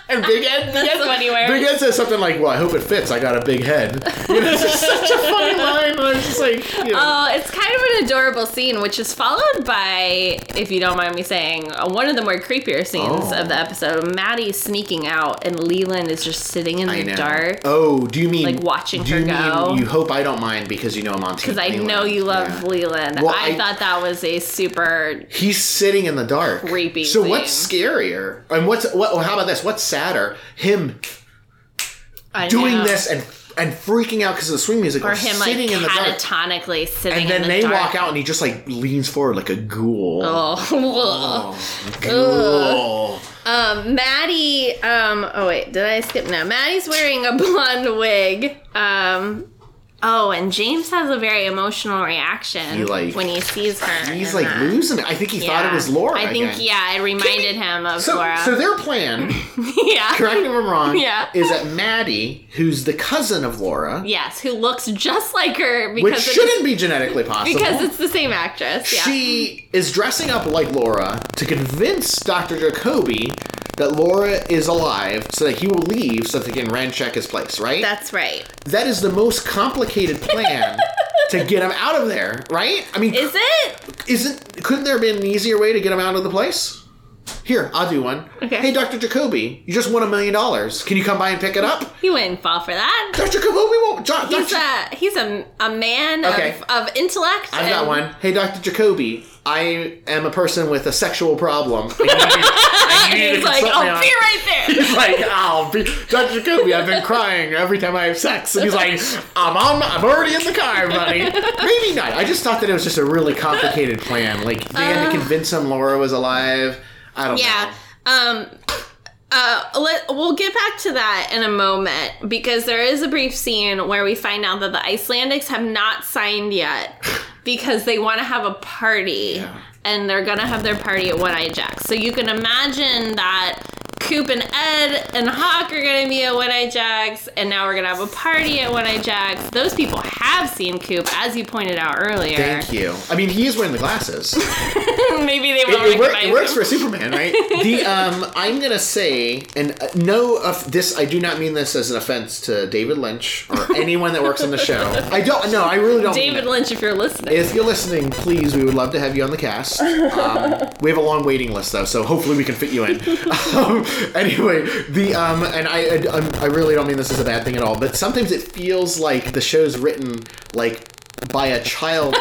B: and Big Ed, Big
C: That's
B: Ed,
C: the one he wears.
B: Big Ed says something like, well, I hope it fits. I got a big head. You know, it's just such a funny line. And I was just like, you know.
C: Oh, it's kind of an adorable scene, which is followed by, if you don't mind me saying, uh, one of the more creepier scenes
B: Oh.
C: of the episode. Maddie's sneaking out, and Leland is just sitting in
B: I
C: the
B: know.
C: dark.
B: Oh, do you mean
C: Like, watching
B: do
C: her
B: you mean
C: go.
B: You hope I don't mind because you know I'm on
C: Because I know you love Leland.
B: Well,
C: I,
B: I-
C: thought that was a super.
B: He's sitting in the dark.
C: Creepy
B: So
C: scene.
B: what's scarier? And what's what? Well, how about this? What's sadder? Him
C: I
B: doing
C: know.
B: this and and freaking out because of the swing music,
C: Or him like
B: sitting in the dark,
C: catatonically sitting
B: and
C: in
B: then
C: the
B: they
C: dark.
B: walk out and he just like leans forward like a ghoul.
C: Oh,
B: Ghoul.
C: Um, Maddie, um, oh wait, did I skip? No, Maddie's wearing a blonde wig. Um, oh, and James has a very emotional reaction
B: He, like-
C: when he sees her.
B: He's
C: in
B: like
C: that.
B: losing it. I think he thought it was Laura.
C: I think
B: again.
C: yeah, it reminded him of
B: So,
C: Laura.
B: so their plan,
C: yeah.
B: correct me if I'm wrong,
C: Yeah.
B: is that Maddie, who's the cousin of Laura,
C: Yes, who looks just like her
B: which
C: because it,
B: shouldn't be genetically possible,
C: because it's the same actress. Yeah.
B: She is dressing up like Laura to convince Dr. Jacoby that Laura is alive so that he will leave so that they can ransack his place, right?
C: That's right.
B: that is the most complicated plan to get him out of there, right? I mean,
C: Is it?
B: isn't couldn't there have been an easier way to get him out of the place? Here, I'll do one.
C: Okay.
B: Hey, Dr. Jacoby, you just won a million dollars. Can you come by and pick it up?
C: He wouldn't fall for that.
B: Dr. Jacoby won't. Jo-
C: He's
B: Dr.
C: a he's a, a man
B: Okay.
C: of, of intellect.
B: I've got
C: and-
B: one. Hey, Dr. Jacoby, I am a person with a sexual problem. I need you- I need you to
C: He's like,
B: consult
C: I'll
B: me
C: be
B: on-"
C: right there.
B: He's like, I'll be Dr. Jacoby. I've been crying every time I have sex, and he's like, I'm on. My, I'm already in the car, buddy. Maybe not. I just thought that it was just a really complicated plan. Like they had to convince him Laura was alive. I don't
C: Uh. Yeah. Um uh let, we'll get back to that in a moment because there is a brief scene where we find out that the Icelandics have not signed yet because they want to have a party
B: Yeah.
C: and they're going to have their party at One Eye Jack. So you can imagine that Coop and Ed and Hawk are gonna be at One Eye Jacks, and now we're gonna have a party at One Eye Jacks. Those people have seen Coop, as you pointed out earlier.
B: Thank you. I mean, he is wearing the glasses. it,
C: Maybe they will
B: it wor-
C: recognize
B: it works
C: him.
B: for Superman, right? the um, I'm gonna say, and uh, no, of this I do not mean this as an offense to David Lynch or anyone that works on the show. I don't. No, I really don't. mean
C: David
B: it.
C: Lynch, if you're listening.
B: If you're listening, please, we would love to have you on the cast. Um, we have a long waiting list though, so hopefully we can fit you in. Um, anyway, the um, and I, I I'm- I really don't mean this as a bad thing at all, but sometimes it feels like the show's written like by a child.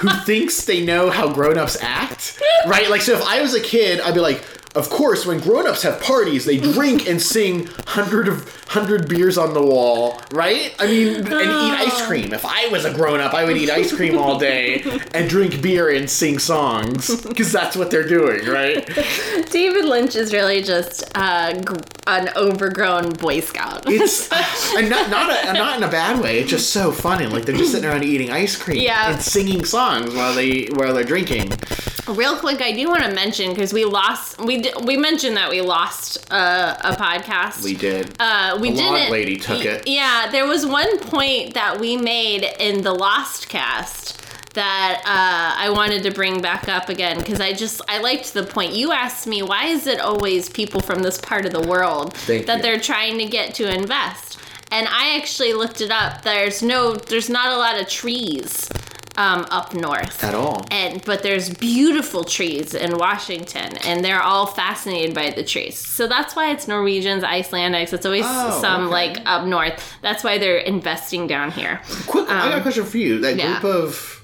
B: Who thinks they know how grown-ups act? Right? Like so if I was a kid, I'd be like, of course, when grown-ups have parties, they drink and sing hundred of hundred beers on the wall, right? I mean and eat
C: Ah.
B: ice cream. If I was a grown-up, I would eat ice cream all day and drink beer and sing songs. Because that's what they're doing, right?
C: David Lynch is really just uh, gr- an overgrown Boy Scout.
B: It's and not not a, and not in a bad way. It's just so funny. Like they're just sitting around eating ice cream
C: Yeah.
B: and singing songs while they while they're drinking.
C: Real quick, I do want to mention because we lost we d- we mentioned that we lost uh, a podcast.
B: We did.
C: Uh, we
B: The log
C: didn't.
B: lady took
C: y-
B: it.
C: Yeah, there was one point that we made in the Lost cast that uh, I wanted to bring back up again because I just I liked the point you asked me. Why is it always people from this part of the world
B: Thank
C: that
B: you.
C: they're trying to get to invest? And I actually looked it up. There's no, there's not a lot of trees um, up north
B: at all.
C: and but there's beautiful trees in Washington, and they're all fascinated by the trees. So that's why it's Norwegians, Icelandics. It's always
B: Oh,
C: some
B: okay.
C: like up north. That's why they're investing down here.
B: Quick, I got a question for you. That
C: um, yeah.
B: group of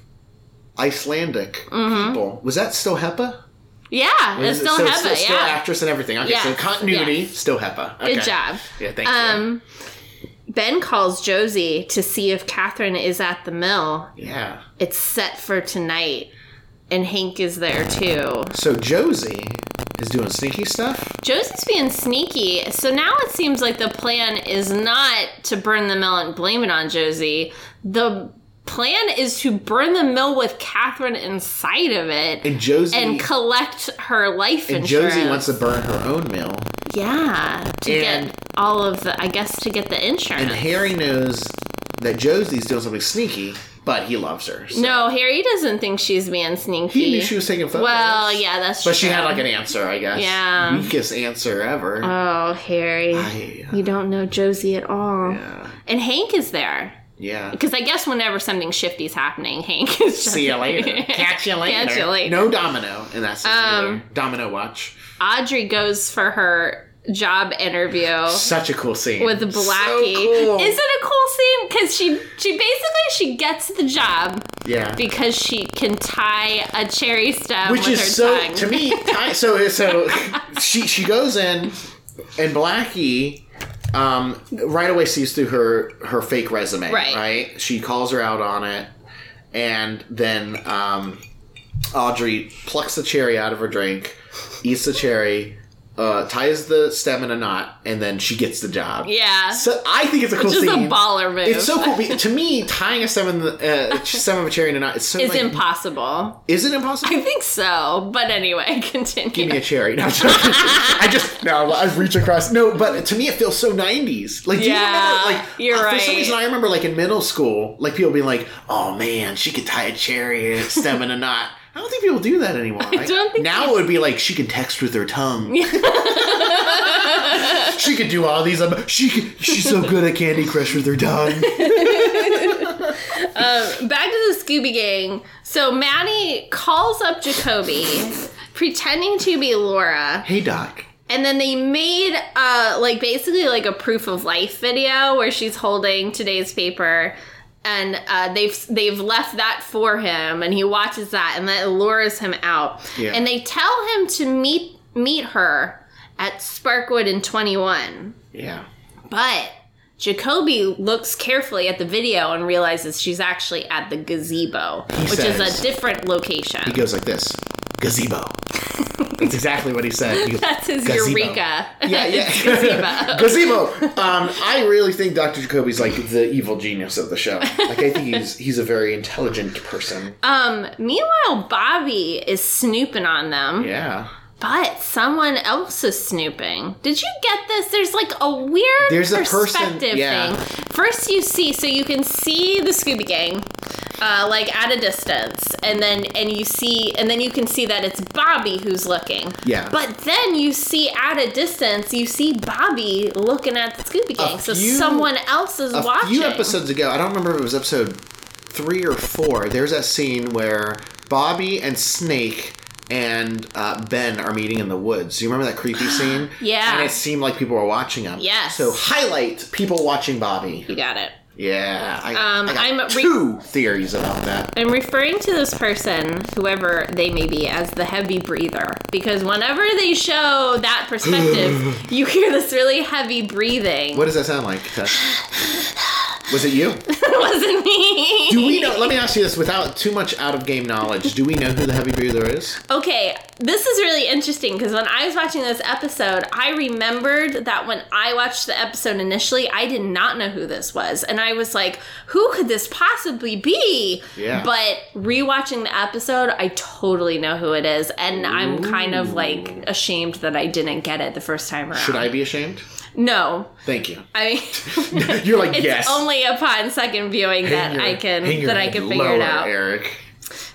B: Icelandic people was that still HEPA?
C: Yeah,
B: Is
C: it's
B: it-
C: still
B: so
C: HEPA.
B: it's still, still
C: yeah,
B: actress and everything. Okay, so
C: Yes,
B: continuity
C: yes.
B: still HEPA. Okay.
C: good job.
B: Yeah, thank you.
C: Um, Ben calls Josie to see if Catherine is at the mill.
B: Yeah.
C: It's set for tonight, and Hank is there too.
B: So Josie is doing sneaky stuff.
C: Josie's being sneaky, so now it seems like the plan is not to burn the mill and blame it on Josie. The plan is to burn the mill with Catherine inside of it and,
B: And Josie
C: collect her life
B: and
C: insurance.
B: Josie wants to burn her own mill.
C: yeah, to
B: And-
C: get all of the, I guess, to get the insurance.
B: And Harry knows that Josie's doing something sneaky, but he loves her. so-
C: no, Harry doesn't think she's being sneaky.
B: He knew she was taking photos.
C: Well, yeah, that's
B: But
C: true.
B: she had like an answer, I guess.
C: Yeah.
B: Weakest answer ever.
C: Oh, Harry.
B: I- uh,
C: you don't know Josie at all.
B: yeah.
C: And Hank is there.
B: Yeah.
C: Because I guess whenever something shifty's happening, Hank is just
B: See you later. Catch you later.
C: Catch you later.
B: No domino, and that's
C: Um,
B: um, domino watch.
C: Audrey goes for her job interview
B: Such a cool scene
C: with Blackie.
B: So cool.
C: Is it a cool scene? Because she she basically she gets the job
B: yeah.
C: because she can tie a cherry stem
B: Which
C: with her
B: is so
C: tongue.
B: to me. I, so so she she goes in, and Blackie. Um, right away sees through her her fake resume
C: Right.
B: right she calls her out on it and then um, audrey plucks the cherry out of her drink eats the cherry uh, ties the stem in a knot and then she gets the job
C: yeah,
B: So I think it's a cool
C: just a
B: scene.
C: baller move.
B: It's so cool. Be- to me, tying a stem in the uh, stem of a cherry in a knot is so
C: is
B: like-
C: impossible.
B: Is it impossible?
C: I think so, but anyway, continue.
B: Give me a cherry. No, I'm joking. I just no. I reach across. No, but to me, it feels so '90s. Like, do
C: Yeah,
B: you remember? Like, uh,
C: you're
B: For some
C: right.
B: reason, I remember like in middle school, like people being like, "Oh man, she could tie a cherry stem in a knot." I don't think people do that anymore. I
C: don't think
B: now it would be like she can text with her tongue. she could do all these. Um, she could, she's so good at Candy Crush with her tongue.
C: back to the Scooby Gang. So Maddie calls up Jacoby, pretending to be Laura,
B: Hey Doc,
C: and then they made uh like basically like a proof of life video where she's holding today's paper. And uh, they've they've left that for him, and he watches that, and that lures him out.
B: Yeah.
C: And they tell him to meet meet her at Sparkwood in Twenty One.
B: yeah.
C: But Jacoby looks carefully at the video and realizes she's actually at the gazebo,
B: He
C: which is
B: says-
C: a different location.
B: He goes like this, gazebo. That's exactly what he said. He goes,
C: That's his
B: "Gazebo."
C: eureka.
B: Yeah, yeah. Gazebo. Um, I really think Dr. Jacoby's like the evil genius of the show. Like I think he's he's a very intelligent person.
C: um, meanwhile, Bobby is snooping on them.
B: yeah.
C: But someone else is snooping. Did you get this? There's like a weird
B: There's a person-
C: perspective
B: yeah.
C: thing. First, you see, so you can see the Scooby Gang, uh, like at a distance, and then and you see, and then you can see that it's Bobby who's looking.
B: Yeah.
C: But then you see at a distance, you see Bobby looking at the Scooby Gang. so
B: few-
C: someone else is
B: a
C: watching.
B: few episodes ago, I don't remember if it was episode three or four. There's that scene where Bobby and Snake and uh, Ben are meeting in the woods. Do you remember that creepy scene?
C: Yeah.
B: And it seemed like people were watching them.
C: Yes.
B: So highlight people watching Bobby.
C: You got it.
B: Yeah. I,
C: Um,
B: I got
C: I'm re-
B: two theories about that.
C: I'm referring to this person, whoever they may be, as the heavy breather because whenever they show that perspective, you hear this really heavy breathing.
B: What does that sound like? Tess? Was it you?
C: it wasn't me.
B: Do we know? Let me ask you this without too much out of game knowledge. Do we know who the heavy breather is?
C: Okay, this is really interesting because when I was watching this episode, I remembered that when I watched the episode initially, I did not know who this was. And I was like, who could this possibly be?
B: Yeah.
C: But rewatching the episode, I totally know who it is. And I'm kind of like ashamed that I didn't get it the first time around.
B: Should I be ashamed?
C: No.
B: Thank you.
C: I mean,
B: You're like
C: it's
B: yes.
C: only upon second viewing that
B: Hang your-
C: I can
B: hang your
C: that I
B: head
C: can figure it
B: lower,
C: out.
B: Eric.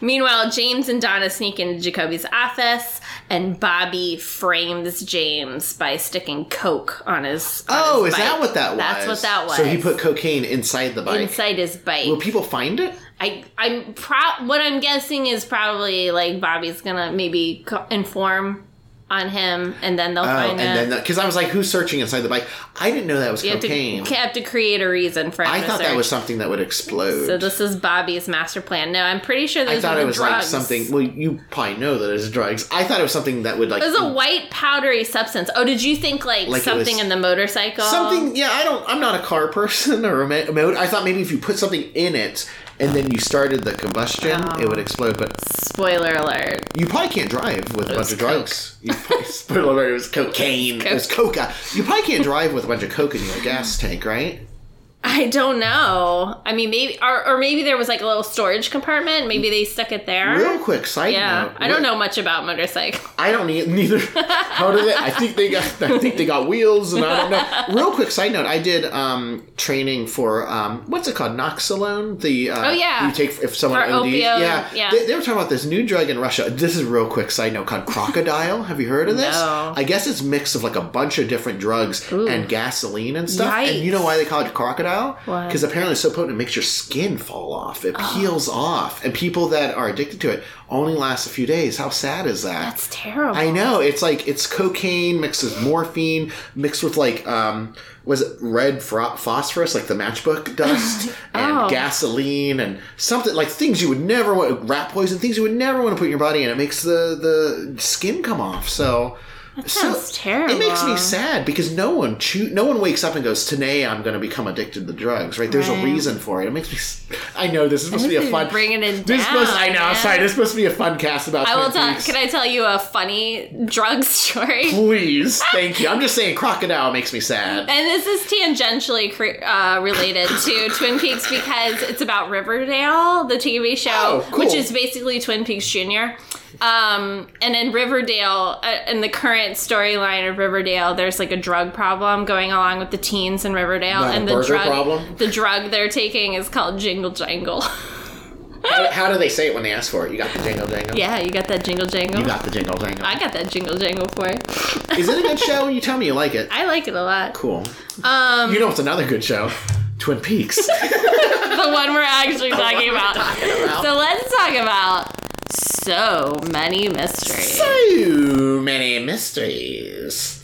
C: Meanwhile, James and Donna sneak into Jacoby's office, and Bobby frames James by sticking coke on his. on
B: Oh,
C: his
B: is that
C: bike.
B: what that was?
C: That's what that was.
B: So he put cocaine inside the bike.
C: inside his bike?
B: Will people find it?
C: I, I'm pro- What I'm guessing is probably like Bobby's gonna maybe co- inform on him, and then they'll
B: Oh, and
C: find it.
B: then because I was like, who's searching inside the bike? I didn't know that was
C: you have
B: cocaine.
C: to, have to create a reason for him
B: I
C: to
B: thought that
C: search.
B: was something that would explode.
C: So this is Bobby's master plan. No, I'm pretty sure
B: I
C: those
B: thought
C: were
B: it
C: the
B: was like
C: drugs.
B: something. Well, you probably know that it's drugs. I thought it was something that would like
C: It was a white powdery substance. Oh, did you think like,
B: Like it
C: something
B: was-
C: in the motorcycle?
B: something. Yeah, I don't. I'm not a car person or a ma- mode. I thought maybe if you put something in it and then you started the combustion, it
C: Um,
B: would explode. But
C: Spoiler alert.
B: You probably can't drive with a bunch
C: was
B: of drugs. You probably, spoiler alert, it was cocaine. It was coca. You probably can't drive with a bunch of coke in your gas tank, right?
C: I don't know. I mean, maybe or, or maybe there was like a little storage compartment. Maybe they stuck it there.
B: Real quick side
C: yeah,
B: note.
C: I don't know much about motorcycles.
B: I don't need neither. How did they? I think they got. I think they got wheels, and I don't know. Real quick side note. I did um, training for um, what's it called? Noxalone. The uh,
C: Oh, yeah.
B: you take if someone
C: For
B: ODs.
C: opioid,
B: yeah,
C: yeah.
B: They, they were talking about this new drug in Russia. This is a real quick side note called crocodile. Have you heard of this?
C: No.
B: I guess it's mixed of like a bunch of different drugs and gasoline and stuff. And you know why they call it crocodile?
C: Why?
B: Because apparently it's so potent it makes your skin fall off. It
C: Oh.
B: peels off, and people that are addicted to it only last a few days. How sad is that?
C: That's terrible.
B: I know. It's like it's cocaine mixed with morphine, mixed with like um was it red fro- phosphorus, like the matchbook dust and
C: Oh.
B: gasoline and something like things you would never want rat poison, things you would never want to put in your body and it makes the the skin come off. So
C: sounds terrible.
B: It makes me sad because no one choo- no one wakes up and goes, "Today I'm going to become addicted to drugs." Right? There's a
C: Right.
B: reason for it. It makes me s- I know this is supposed to be a
C: This is
B: fun
C: bringing it
B: This is supposed
C: down,
B: I know,
C: man.
B: sorry. This is supposed to be a fun cast about
C: I will
B: Twin
C: tell.
B: Peaks.
C: Can I tell you a funny drug story?
B: Please,
C: Ah!
B: thank you. I'm just saying, crocodile makes me sad.
C: And this is tangentially cre- uh, related to Twin Peaks because it's about Riverdale, the TV show,
B: Oh, cool.
C: which is basically Twin Peaks Junior. Um, and in Riverdale, uh, in the current storyline of Riverdale, there's like a drug problem going along with the teens in Riverdale,
B: Not a
C: and the
B: burger
C: drug
B: problem?
C: the drug they're taking is called Jingle Jangle.
B: How, how do they say it when they ask for it? You got the jingle jangle.
C: yeah, you got that Jingle Jangle.
B: You got the jingle jangle.
C: I got that Jingle Jangle for you.
B: Is it a good show? You tell me you like it.
C: I like it a lot.
B: Cool. Um, you know it's another good show? Twin Peaks.
C: the one we're actually talking about.
B: about.
C: So let's talk about so many mysteries.
B: Too many mysteries.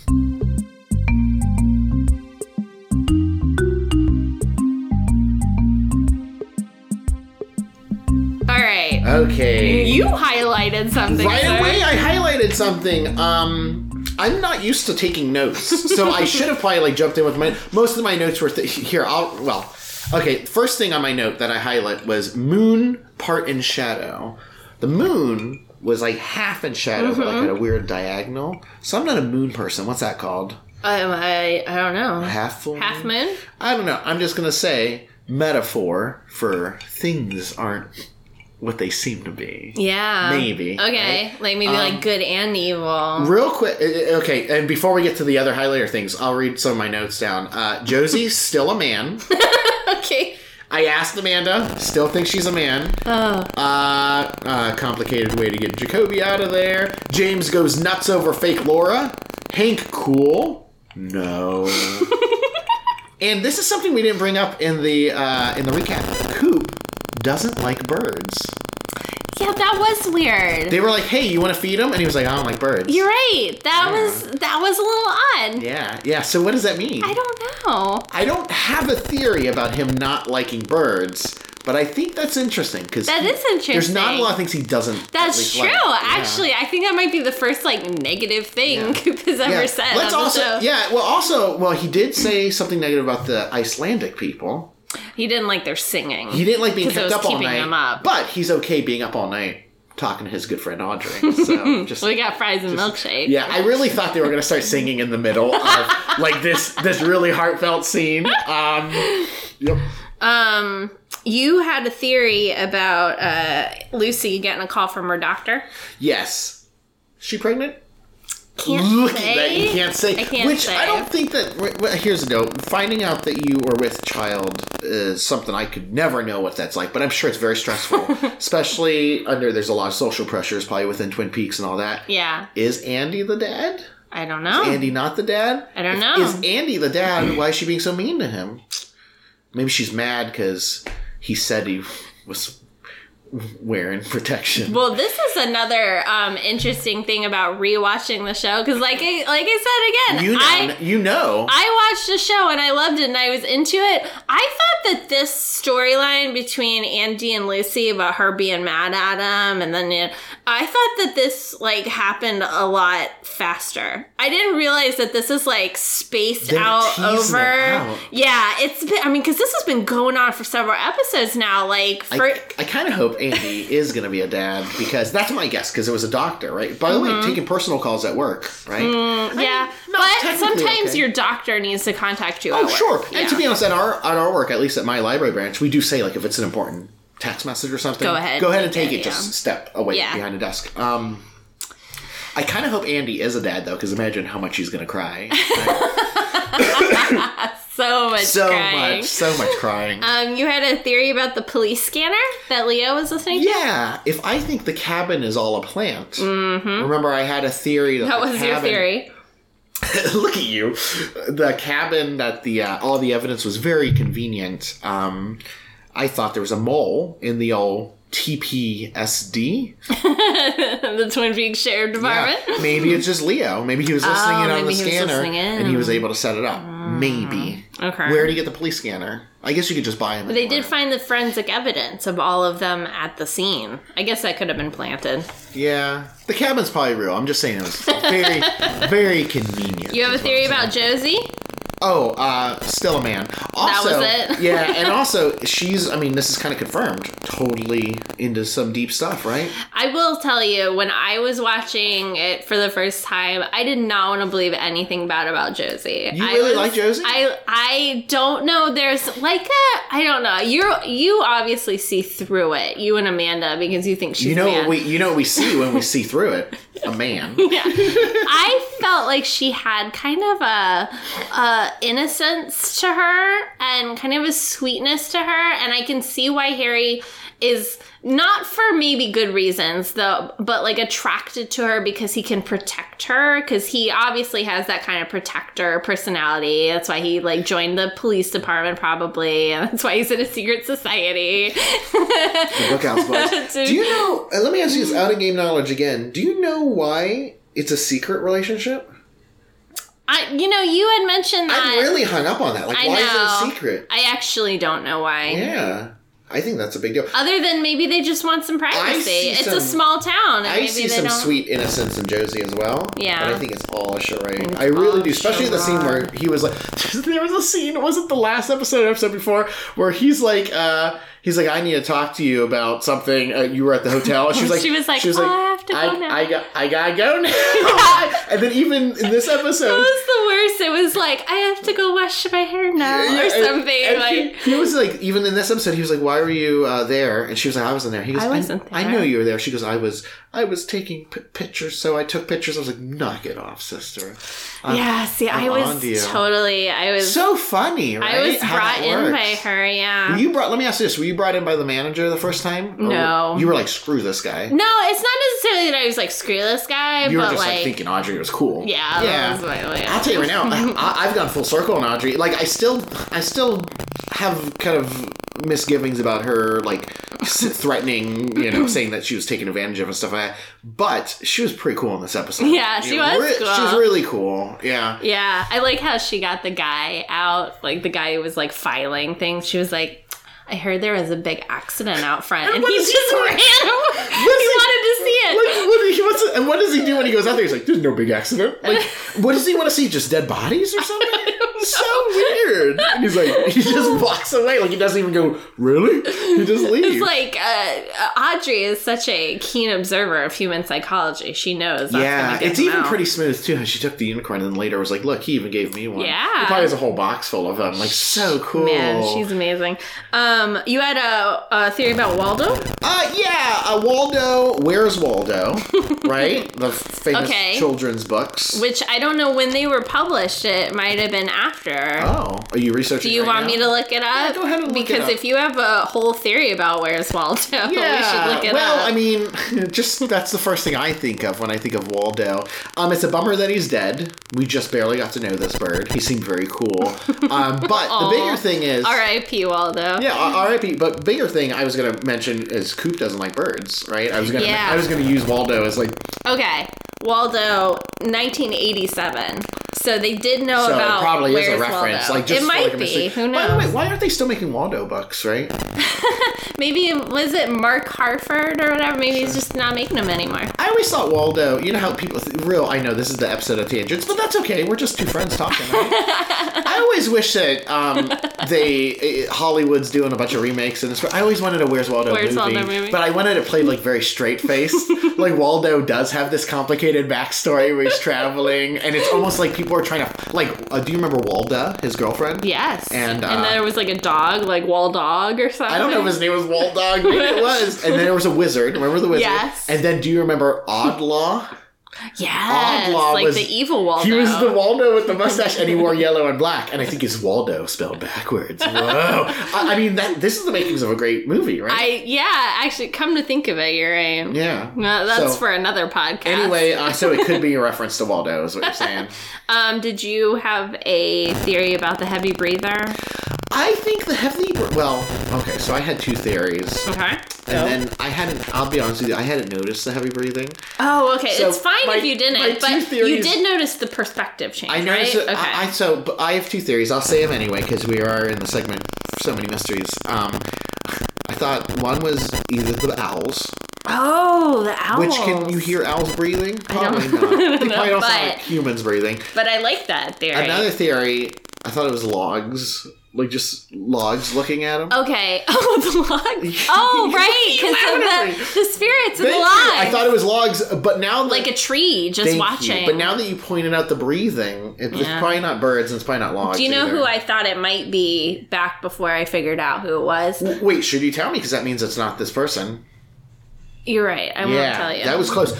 C: All right.
B: Okay.
C: You highlighted something.
B: Right
C: sir.
B: away, I highlighted something. Um, I'm not used to taking notes, so I should have probably like jumped in with my. Most of my notes were th- here. I'll well, okay. First thing on my note that I highlight was moon part in shadow. The moon was like half in shadow, but
C: Mm-hmm.
B: like at a weird diagonal. So I'm not a moon person. What's that called?
C: Um, I, I don't know.
B: Half full.
C: Half moon?
B: I don't know. I'm just gonna say metaphor for things aren't what they seem to be.
C: Yeah. Um,
B: Maybe,
C: Okay. Like maybe like good and evil.
B: Real quick, uh, uh, okay, and before we get to the other high layer things, I'll read some of my notes down. Uh, Josie's still a man.
C: okay.
B: I asked Amanda, still think she's a man.
C: Oh.
B: Uh, uh, complicated way to get Jacoby out of there. James goes nuts over fake Laura. Hank, cool. No. and this is something we didn't bring up in the uh, in the recap. Coop doesn't like birds.
C: Yeah, that was weird.
B: They were like, "Hey, you want to feed him?" And he was like, "I don't like birds."
C: You're right. That was that was a little odd.
B: yeah, yeah. So what does that mean?
C: I don't know.
B: I don't have a theory about him not liking birds, but I think that's interesting because
C: That is
B: There's not a
C: interesting.
B: lot of things he doesn't. at
C: That's
B: least
C: true.
B: like. Yeah.
C: Actually, I think that might be the first like negative thing
B: Yeah.
C: Coop has ever
B: Yeah.
C: said.
B: Let's
C: on the
B: also
C: show.
B: yeah. Well, also well, he did say something negative about the Icelandic people.
C: He didn't like their singing.
B: He didn't like being
C: 'Cause it
B: kept
C: was
B: up all
C: keeping
B: night,
C: them up.
B: but he's okay being up all night talking to his good friend Audrey. So just
C: We got fries and milkshake.
B: Yeah, I really thought they were gonna start singing in the middle of like this this really heartfelt scene. Um, yep.
C: Um, you had a theory about uh, Lucy getting a call from her doctor.
B: Yes, she pregnant.
C: Can't
B: Look
C: say.
B: at that you can't say.
C: I can't
B: which
C: say.
B: I don't think that. w- w- Here's the deal: finding out that you were with child is something I could never know what that's like. But I'm sure it's very stressful, especially under there's a lot of social pressures, probably within Twin Peaks and all that.
C: Yeah,
B: Is Andy the dad?
C: I don't know.
B: Andy not the dad?
C: I don't
B: If-
C: know.
B: Is Andy the dad? Why is she being so mean to him? Maybe she's mad because he said he was wearing protection.
C: Well, this is another um, interesting thing about rewatching the show because, like, I, like I said again,
B: you know,
C: I
B: you know.
C: I watched the show and I loved it and I was into it. I thought that this storyline between Andy and Lucy about her being mad at him and then you know, I thought that this like happened a lot faster. I didn't realize that this is like spaced
B: They're
C: out
B: teasing
C: over.
B: it out.
C: Yeah, it's been I mean cuz this has been going on for several episodes now like for
B: I, I kind of hope Andy is going to be a dad because that's my guess because it was a doctor, right? By the way,
C: Mm-hmm.
B: taking personal calls at work, right?
C: yeah,
B: not
C: but
B: technically
C: sometimes
B: okay.
C: your doctor needs to contact you.
B: Oh, sure.
C: Yeah.
B: And to be honest, at our at our work, at least at my library branch, we do say like if it's an important text message or something,
C: Go ahead,
B: go ahead and
C: take
B: take
C: it,
B: it. Just
C: yeah.
B: step away
C: Yeah.
B: behind a desk. Um, I kind of hope Andy is a dad though, because imagine how much he's going to cry.
C: so much
B: so
C: crying.
B: much, so much crying.
C: Um, you had a theory about the police scanner that Leo was listening to?
B: Yeah, if I think the cabin is all a plant, remember I had a theory that
C: Mm-hmm. That
B: the
C: was your
B: cabin-
C: theory.
B: look at you the cabin that the uh, all the evidence was very convenient um i thought there was a mole in the old tpsd
C: the Twin Peaks Sheriff
B: Yeah.
C: Department.
B: maybe it's just leo maybe he was listening
C: Oh,
B: in on the
C: maybe he was
B: scanner
C: listening in. Mm.
B: and he was able to set it up maybe
C: Okay.
B: where do you get the police scanner i guess you could just buy them
C: They did find the forensic evidence of all of them at the scene. I guess that could have been planted.
B: yeah the cabin's probably real i'm just saying it was very very convenient
C: You have a
B: is what
C: theory
B: I'm saying.
C: about Josie?
B: Oh, uh, still a man. Also,
C: was it.
B: yeah, and also she's. I mean, this is kind of confirmed. Totally into some deep stuff, right?
C: I will tell you, when I was watching it for the first time, I did not want to believe anything bad about Josie.
B: You
C: I
B: really like Josie?
C: I I don't know. There's like a I don't know. You you obviously see through it. You and Amanda because you think she's
B: you know
C: mad.
B: what we. You know what we see when we see through it. A man.
C: Yeah. I felt like she had kind of a, a innocence to her and kind of a sweetness to her, and I can see why Harry is not for maybe good reasons though, but like attracted to her because he can protect her because he obviously has that kind of protector personality. That's why he like joined the police department probably, and that's why he's in a secret society.
B: Look out, boys. Do you know? And let me ask you this out of game knowledge again. Do you know why it's a secret relationship?
C: I, you know, you had mentioned that.
B: I'm really hung up on that. Like,
C: I
B: why
C: know.
B: is it a secret?
C: I actually don't know why.
B: Yeah, I think that's a big deal.
C: Other than maybe they just want some privacy.
B: see
C: It's a
B: some-
C: small town. And
B: I
C: maybe
B: see
C: they
B: some
C: don't,
B: sweet innocence in Josie as well.
C: Yeah.
B: But I think it's all a charade.
C: it's
B: I really
C: all
B: do. Especially the scene where he was like, there was a scene, was it the last episode or episode before, where he's like, uh, he's like, I need to talk to you about something. Uh, you were at the hotel. And she was like,
C: she was like,
B: she was
C: "Oh,
B: like,
C: I have have to go now.
B: I, I got I gotta go now. and then even in this
C: That
B: episode,
C: was the worst. It was like I have to go wash my hair now
B: Yeah,
C: or
B: and-
C: something.
B: and
C: like
B: he, he was like, even in this episode, he was like, "Why were you uh, there?" And she was like, "I wasn't there." He goes,
C: I wasn't
B: I,
C: there."
B: know you were there." She goes, "I was. I was taking p- pictures, so I took pictures." I was like, "Knock it off, sister." I'm-
C: yeah, see, i
B: I'm on to you.
C: was totally. I was.
B: So funny, right?
C: I was
B: How
C: brought
B: that
C: in by
B: works.
C: her. Yeah.
B: Were you brought. Let me ask you this: Were you brought in by the manager the first time? Or
C: No.
B: were- you were like, "Screw this guy."
C: no, it's not necessarily that I was like screw this guy,
B: you were
C: but
B: just like,
C: like,
B: thinking Audrey was cool.
C: yeah, that was my way.
B: I'll tell you right now, I, I've gone full circle on Audrey. Like, I still, I still have kind of misgivings about her, like s- threatening, you know, saying that she was taken advantage of and stuff like that. But she was pretty cool in this episode.
C: Yeah, she was cool.
B: She was really cool. Yeah.
C: Yeah, I like how she got the guy out. Like the guy who was like filing things. She was like, "I heard there was a big accident out front," and
B: what
C: he
B: is
C: just
B: he doing?
C: ran. away. he wanted to see it.
B: Like, what, he wants to- and what does he do when he goes out there? He's like, "There's no big accident." Like, what does he want to see? Just dead bodies or something? So weird. And he's like, he just walks away. Like he doesn't even go. Really? He just leaves.
C: It's like uh, Audrey is such a keen observer of human psychology. She knows. That's
B: Yeah,
C: gonna get
B: it's
C: him
B: even
C: out.
B: pretty smooth too. How she took the unicorn and later was like, "Look, he even gave me one."
C: Yeah.
B: he probably has a whole box full of them. Like, so cool.
C: Man, she's amazing. Um, you had a, a theory about Waldo.
B: uh, yeah, uh, Waldo. Where's Waldo? right, the famous
C: Okay.
B: children's books.
C: which I don't know when they were published. It might have been after.
B: oh, are you researching?
C: Do you want me to look it up?
B: go ahead and look it
C: because
B: up.
C: if you have a whole theory about where's Waldo, we should look it
B: well,
C: up.
B: I mean, just that's the first thing I think of when I think of Waldo. Um, it's a bummer that he's dead. We just barely got to know this bird. He seemed very cool. Um, but the
C: Aw.
B: bigger thing is,
C: R.I.P. Waldo.
B: Yeah, R- R.I.P. But bigger thing I was gonna mention is Coop doesn't like birds, right? I was gonna
C: Yeah.
B: I was gonna use Waldo as like
C: Okay, Waldo, 1987. So they did know
B: so
C: about
B: it probably
C: where's
B: is a reference,
C: Waldo.
B: like just
C: it
B: for,
C: might
B: like, a
C: be.
B: mistake.
C: Who
B: By the way,
C: knows?
B: why aren't they still making Waldo books, right?
C: Maybe it- was it Mark Harford or whatever. Maybe he's just not making them anymore.
B: I always thought Waldo. You know how people th- real. I know this is the episode of tangents, but that's okay. We're just two friends talking. Right? I always wish that um, they uh, Hollywood's doing a bunch of remakes, and it's, I always wanted a Where's Waldo
C: Where's
B: movie,
C: Waldo movie?
B: but I wanted it played like very straight faced. like Waldo does have this complicated backstory where he's traveling, and it's almost like people are trying to like. Uh, do you remember Walda, his girlfriend?
C: Yes.
B: And, uh,
C: and there was like a dog, like Wall Dog or something.
B: I don't know if his name was Wall Dog. Maybe it was. And then there was a wizard. Remember the wizard?
C: Yes.
B: And then do you remember Oddlaw?
C: Yes,
B: Oddlaw
C: like
B: was-
C: the evil Waldo.
B: He was the Waldo with the mustache, and he wore yellow and black. And I think it's Waldo spelled backwards. Whoa! I, I mean, that this is the makings of a great movie, right?
C: I yeah, actually, come to think of it, you're right.
B: yeah.
C: Well, that's
B: So,
C: for another podcast.
B: Anyway, uh, so it could be a reference to Waldo, is what you're saying.
C: um, did you have a theory about the heavy breather?
B: I think the heavy. Well, okay, so I had two theories.
C: Okay.
B: And then I hadn't, I'll be honest with you, I hadn't noticed the heavy breathing.
C: oh, okay.
B: So
C: it's fine
B: my-
C: if you
B: my
C: didn't,
B: two
C: but you
B: theories-
C: did notice the perspective change,
B: I noticed.
C: right?
B: it-
C: okay.
B: I, I so but I have two theories. I'll say them anyway because we are in the segment. So many mysteries. Um, I thought one was either the owls,
C: oh, the owl.
B: which can you hear owls breathing?
C: don't-
B: Probably
C: I don't
B: not. They probably
C: know,
B: don't sound
C: but-
B: like humans breathing.
C: But I like that theory.
B: Another theory. I thought it was logs, like just logs looking at them.
C: Okay. Oh, the log. Oh, right.
B: Laughing at me.
C: Because of the, the spirits of the
B: Thank you. I
C: log.
B: thought it was logs, but now that,
C: like a tree just
B: thank you.
C: watching.
B: But now that you pointed out the breathing, it, it's
C: Yeah.
B: probably not birds and it's probably not logs.
C: Do you know
B: either.
C: who I thought it might be back before I figured out who it was?
B: Wait, should you tell me? Because that means it's not this person.
C: You're right. I won't tell you.
B: that was close.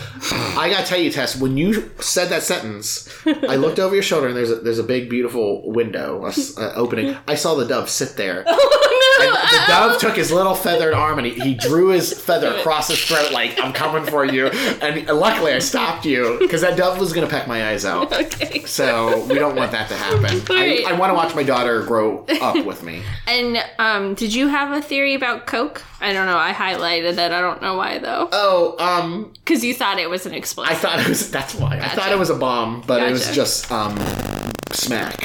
B: I gotta tell you, Tess, when you said that sentence, I looked over your shoulder and there's a, there's a big beautiful window a s- uh, opening. I saw the dove sit there.
C: Oh, no.
B: And the dove took his little feathered arm and he, he drew his feather across his throat like I'm coming for you. And luckily, I stopped you because that dove was gonna peck my eyes out.
C: Okay.
B: So we don't want that to happen.
C: Right.
B: I, I want to watch my daughter grow up with me.
C: And um, did you have a theory about Coke? I don't know. I highlighted it. I don't know why though.
B: Oh, um,
C: Because you thought it was an
B: I
C: explosive.
B: thought it was. That's why. I thought it was a bomb, but it was
C: Gotcha.
B: just um, smack.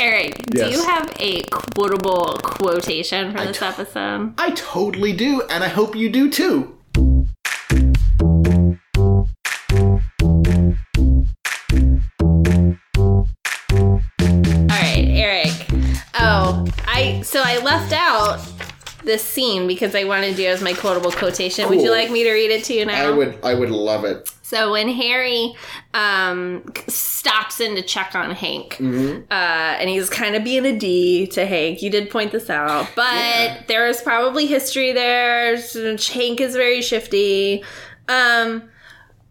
C: Eric,
B: Yes.
C: do you have a quotable quotation for this
B: t-
C: episode?
B: I totally do, and I hope you do too.
C: All right, Eric. Oh, I so I left out this scene because I wanted to do it as my quotable quotation. Would you
B: Cool.
C: like me to read it to you now?
B: I would I would love it.
C: So when Harry um, stops in to check on Hank, uh, and he's kind of being a D to Hank. You did point this out, but there is probably history there. Hank is very shifty. Um,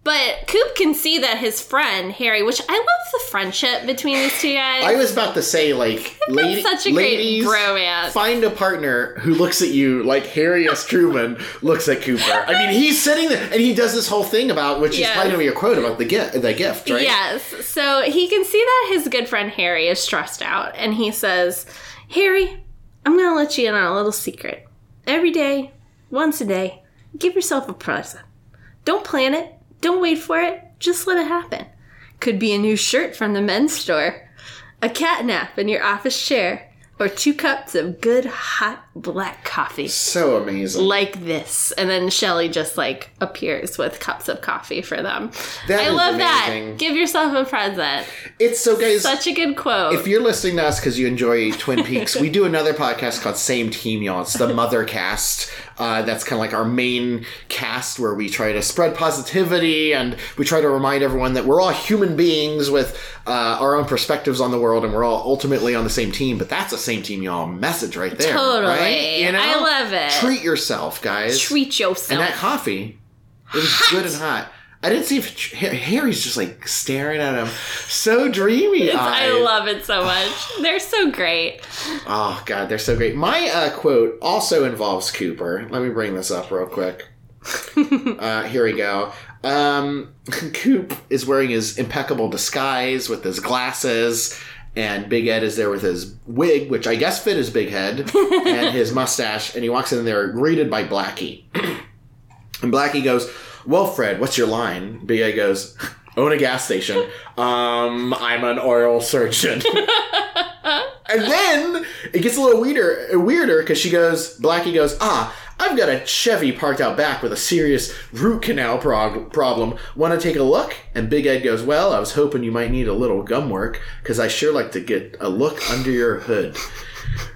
C: but Coop can see that his friend Harry, which I love the friendship between these two guys.
B: I was about to say, like, lady,
C: such a great
B: ladies,
C: bromance.
B: find a partner who looks at you like Harry S. Truman looks at Cooper. I mean, he's sitting there and he does this whole thing about, which is
C: Yes.
B: probably going to be a quote about the gift, the gift, right?
C: Yes. So he can see that his good friend Harry is stressed out, and he says, Harry, I'm going to let you in on a little secret. Every day, once a day, give yourself a present. Don't plan it, don't wait for it, just let it happen. Could be a new shirt from the men's store, a cat nap in your office chair, or two cups of good hot black coffee.
B: So amazing.
C: Like this. And then Shelly just like appears with cups of coffee for them.
B: That
C: I
B: is
C: love
B: amazing.
C: that. Give yourself a present.
B: It's so, guys.
C: Such a good quote.
B: if you're listening to us because you enjoy Twin Peaks, we do another podcast called Same Team Y'all. It's the Mother Cast. Uh, that's kind of like our main cast where we try to spread positivity and we try to remind everyone that we're all human beings with uh, our own perspectives on the world and we're all ultimately on the same team. But that's a Same Team Y'all message right there.
C: Totally.
B: right?
C: I love it.
B: Treat yourself, guys.
C: Treat
B: And
C: yourself.
B: that coffee, it was good and hot. I didn't see if Harry's just like staring at him, so dreamy.
C: I love it so much. They're so great.
B: Oh god, they're so great. My uh, quote also involves Cooper. Let me bring this up real quick. uh, here we go. Um, Coop is wearing his impeccable disguise with his glasses, and Big Ed is there with his wig, which I guess fit his big head, and his mustache. And he walks in there, greeted by Blackie. and Blackie goes, "Well, Fred, what's your line?" Big Ed goes, "Own a gas station. Um, I'm an oral surgeon." And then it gets a little weirder, weirder because she goes, Blackie goes, ah, I've got a Chevy parked out back with a serious root canal prog- problem. Want to take a look? And Big Ed goes, well, I was hoping you might need a little gum work because I sure like to get a look under your hood.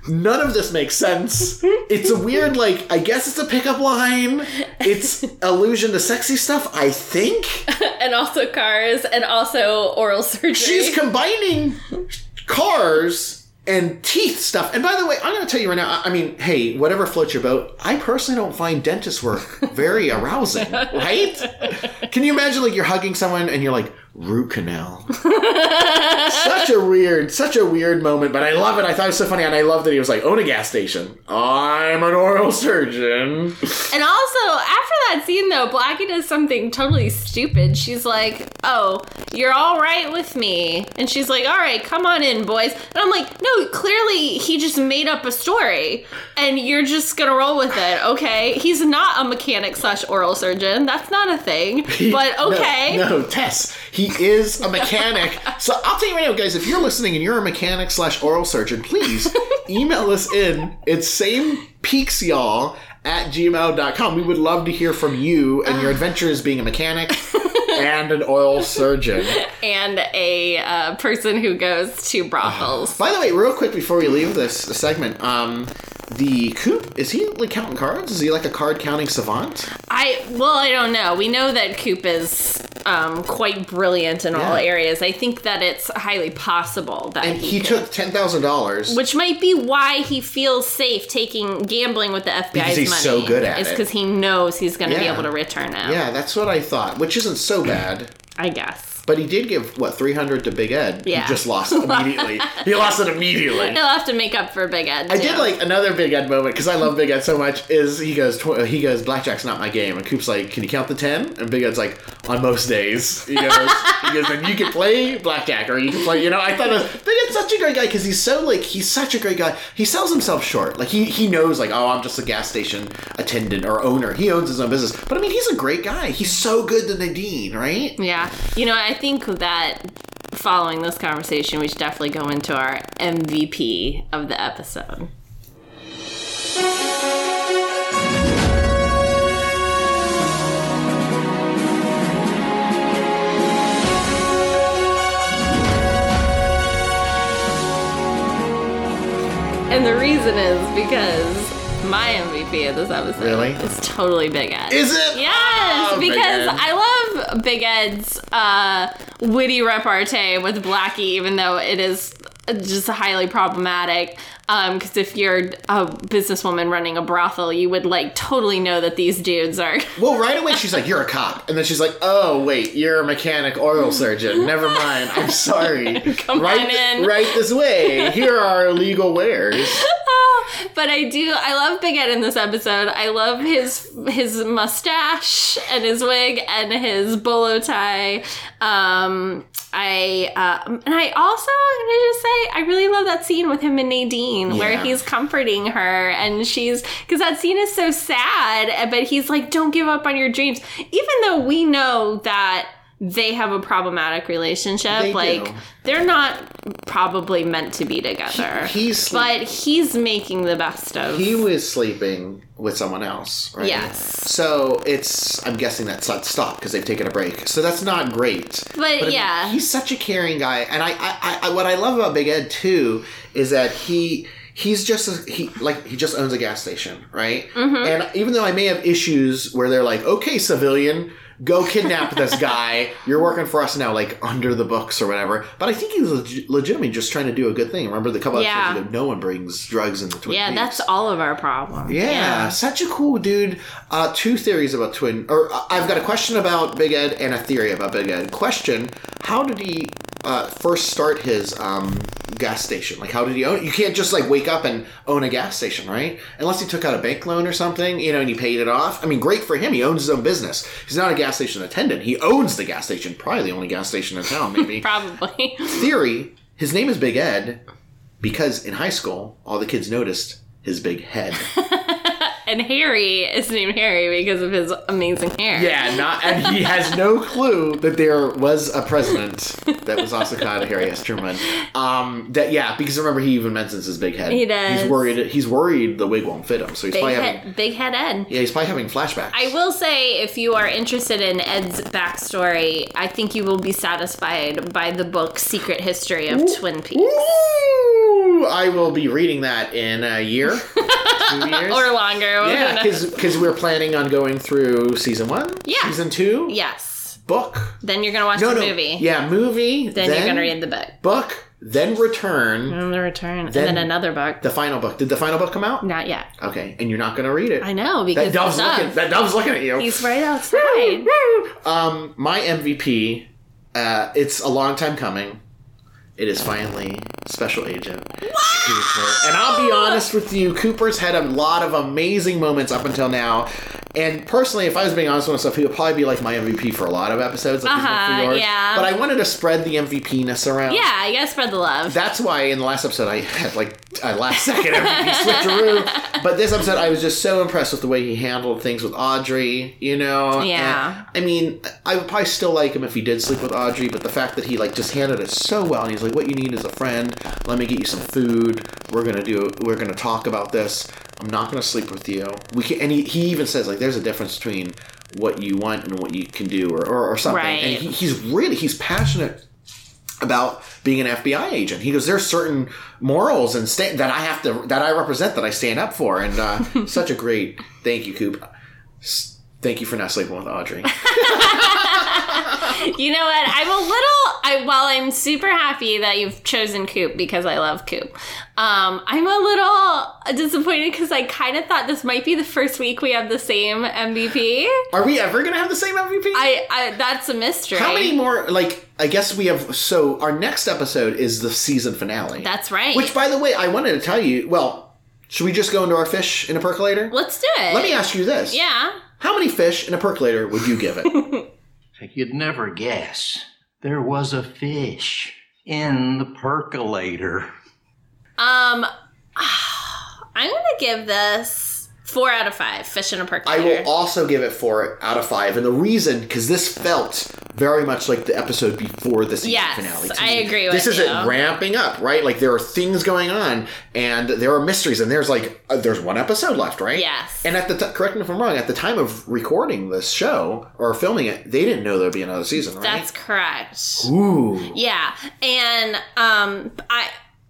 B: None of this makes sense. It's a weird, like, I guess it's a pickup line. It's allusion to sexy stuff, I think.
C: And also cars and also oral surgery.
B: She's combining cars and teeth stuff. And by the way, I'm going to tell you right now. I- I mean, hey, whatever floats your boat. I personally don't find dentist work very arousing, right? Can you imagine like you're hugging someone and you're like root canal? such a weird, such a weird moment. But I love it. I thought it was so funny, and I love that he was like own a gas station. I'm an oral surgeon.
C: and also, after that scene though, Blackie does something totally stupid. She's like, Oh, you're all right with me. And she's like, All right, come on in, boys. And I'm like, No, clearly he just made up a story and you're just gonna roll with it, okay? He's not a mechanic slash oral surgeon. That's not a thing.
B: He-
C: But
B: no,
C: okay.
B: No, Tess, he is a mechanic. so I'll tell you right now, guys, if you're listening and you're a mechanic slash oral surgeon, please email us in. It's same peaks y'all at gmail.com. We would love to hear from you and
C: Ah.
B: your adventures being a mechanic and an oil surgeon.
C: and a uh, person who goes to brothels.
B: By the way, real quick before we leave this segment, um, the coop is he like counting cards? Is he like a card counting savant?
C: I well, I don't know. We know that Coop is um, quite brilliant in all
B: Yeah.
C: areas. I think that it's highly possible that
B: And he
C: he,
B: took ten thousand dollars.
C: which might be why he feels safe taking gambling with the FBI's
B: Because he's
C: money.
B: so good at
C: is
B: it.
C: because he knows he's going to be
B: Yeah.
C: able to return it.
B: Yeah, that's what I thought, which isn't so bad.
C: I guess.
B: But he did give what three hundred to Big Ed.
C: Yeah.
B: he just lost it immediately. he lost it immediately.
C: He'll have to make up for Big Ed.
B: I did like another Big Ed moment because I love Big Ed so much. Is he goes tw- he goes blackjack's not my game, and Coop's like, can you count the ten? And Big Ed's like, on most days, he goes, he goes, and you can play blackjack or you can play. You know, I thought it was, Big Ed's such a great guy because he's so like he's such a great guy. He sells himself short. Like he he knows like oh I'm just a gas station attendant or owner. He owns his own business, but I mean he's a great guy. He's so good to Nadine, right?
C: Yeah. You know, I think that following this conversation, we should definitely go into our MVP of the episode. And the reason is because my MVP of this episode.
B: Really?
C: It's totally Big Ed.
B: Is it?
C: Yes,
B: Oh, Big
C: because
B: Ed.
C: I love Big Ed's uh, witty repartee with Blackie, even though it is just highly problematic. Because if you're a businesswoman running a brothel, you would like totally know that these dudes are.
B: Well, right away she's like, "You're a cop," and then she's like, "Oh wait, you're a mechanic, oil surgeon. Never mind. I'm sorry.
C: Come
B: right,
C: on in."
B: right this way. Here are illegal wares.
C: but I do. I love Big Ed in this episode. I love his his mustache and his wig and his bolo tie. Um, I um, and I also I'm gonna just say I really love that scene with him and Nadine where
B: Yeah.
C: he's comforting her and she's because that scene is so sad. But he's like, "Don't give up on your dreams," even though we know that. They have a problematic relationship.
B: They do.
C: like they're not probably meant to be together.
B: He's sleeping.
C: But he's making the best of.
B: He was sleeping with someone else, right?
C: Yes.
B: So it's, I'm guessing that's not stopped because they've taken a break. So that's not great.
C: But
B: I mean,
C: yeah.
B: he's such a caring guy, and I, I, I- I, what I love about Big Ed too is that he. He's just a, he like he just owns a gas station, right?
C: Mm-hmm.
B: And even though I may have issues where they're like, "Okay, civilian, go kidnap this guy. You're working for us now, like under the books or whatever." But I think he's leg- legitimately just trying to do a good thing. Remember the couple
C: Yeah.
B: episodes ago, no one brings drugs in the Twin
C: yeah,
B: Peaks.
C: that's all of our problem.
B: Yeah, such a cool dude. Uh, two theories about Twin, or uh, I've got a question about Big Ed and a theory about Big Ed. Question: How did he uh, first start his um, gas station? Like, how did he own? You can't just like wake up and own a gas station, right? Unless he took out a bank loan or something, you know, and he paid it off. I mean, great for him. He owns his own business. He's not a gas station attendant. He owns the gas station. Probably the only gas station in town, maybe.
C: Probably.
B: theory, his name is Big Ed because in high school, all the kids noticed his big head.
C: and Harry is named Harry because of his amazing hair.
B: Yeah, not, and he has no clue that there was a president that was also called Harry S. Truman. Um, that yeah, because remember he even mentions his big head.
C: He does.
B: He's worried. He's worried the wig won't fit him, so he's
C: Big
B: probably having.
C: head, big head Ed.
B: Yeah, he's probably having flashbacks.
C: I will say, if you are interested in Ed's backstory, I think you will be satisfied by the book Secret History of Twin Peaks.
B: Ooh, I will be reading that in a year, two years,
C: Or longer. we don't
B: yeah,
C: know.
B: because we're planning on going through season one,
C: Yeah.
B: season two,
C: Yes.
B: book,
C: Then you're going to watch
B: no,
C: the
B: no,
C: movie.
B: yeah, movie,
C: Then, you're going to read Mm. the book.
B: book, then return.
C: And the return.
B: Then-
C: and then another book.
B: The final book. Did the final book come out?
C: Not yet.
B: Okay, and you're not going to read it.
C: I know because
B: That dove's
C: the dove.
B: looking. That dove's looking at you.
C: He's right outside.
B: um, my MVP. Uh, it's a long time coming. It is finally Special Agent Cooper. And I'll be honest with you, Cooper's had a lot of amazing moments up until now. And personally, if I was being honest with myself, he would probably be like my MVP for a lot of episodes. Like he's been
C: Uh-huh,
B: for yours.
C: yeah.
B: But I wanted to spread the MVP ness around.
C: yeah, you gotta spread the love.
B: That's why in the last episode I had like a last second MVP switcheroo. But this episode I was just so impressed with the way he handled things with Audrey, you know?
C: Yeah.
B: And, I mean, I would probably still like him if he did sleep with Audrey, but the fact that he like just handled it so well and he's like, What you need is a friend, let me get you some food, we're gonna do we're gonna talk about this. I'm not gonna sleep with you. We can and he, he even says like there's a difference between what you want and what you can do or, or, or something. And
C: Right.
B: he, he's really he's passionate about being an FBI agent. He goes, "There's certain morals and sta- that I have to that I represent that I stand up for." And uh, such a great thank you, Coop. S- Thank you for not sleeping with Audrey.
C: you know what? I'm a little. I while I'm super happy that you've chosen Coop because I love Coop. Um, I'm a little disappointed because I kind of thought this might be the first week we have the same MVP.
B: Are we ever gonna have the same MVP?
C: I, I that's a mystery.
B: How many more? Like, I guess we have. So our next episode is the season finale.
C: That's right.
B: Which, by the way, I wanted to tell you. Well, should we just go into our fish in a percolator?
C: Let's do it.
B: Let me ask you this:
C: Yeah.
B: How many fish in a percolator would you give it?
D: You'd never guess. There was a fish in the percolator.
C: Um, I'm gonna give this four out of five. Fish in a
B: I
C: percolator.
B: will also give it four out of five, and the reason because this felt very much like the episode before the season
C: Yes,
B: finale.
C: I agree with
B: this is it
C: you.
B: ramping up, right? Like there are things going on, and there are mysteries, and there's like uh, there's one episode left, right?
C: Yes.
B: And at the t- correct me if I'm wrong, at the time of recording this show or filming it, they didn't know there'd be another season, right?
C: That's correct.
B: Ooh,
C: Yeah, and um, I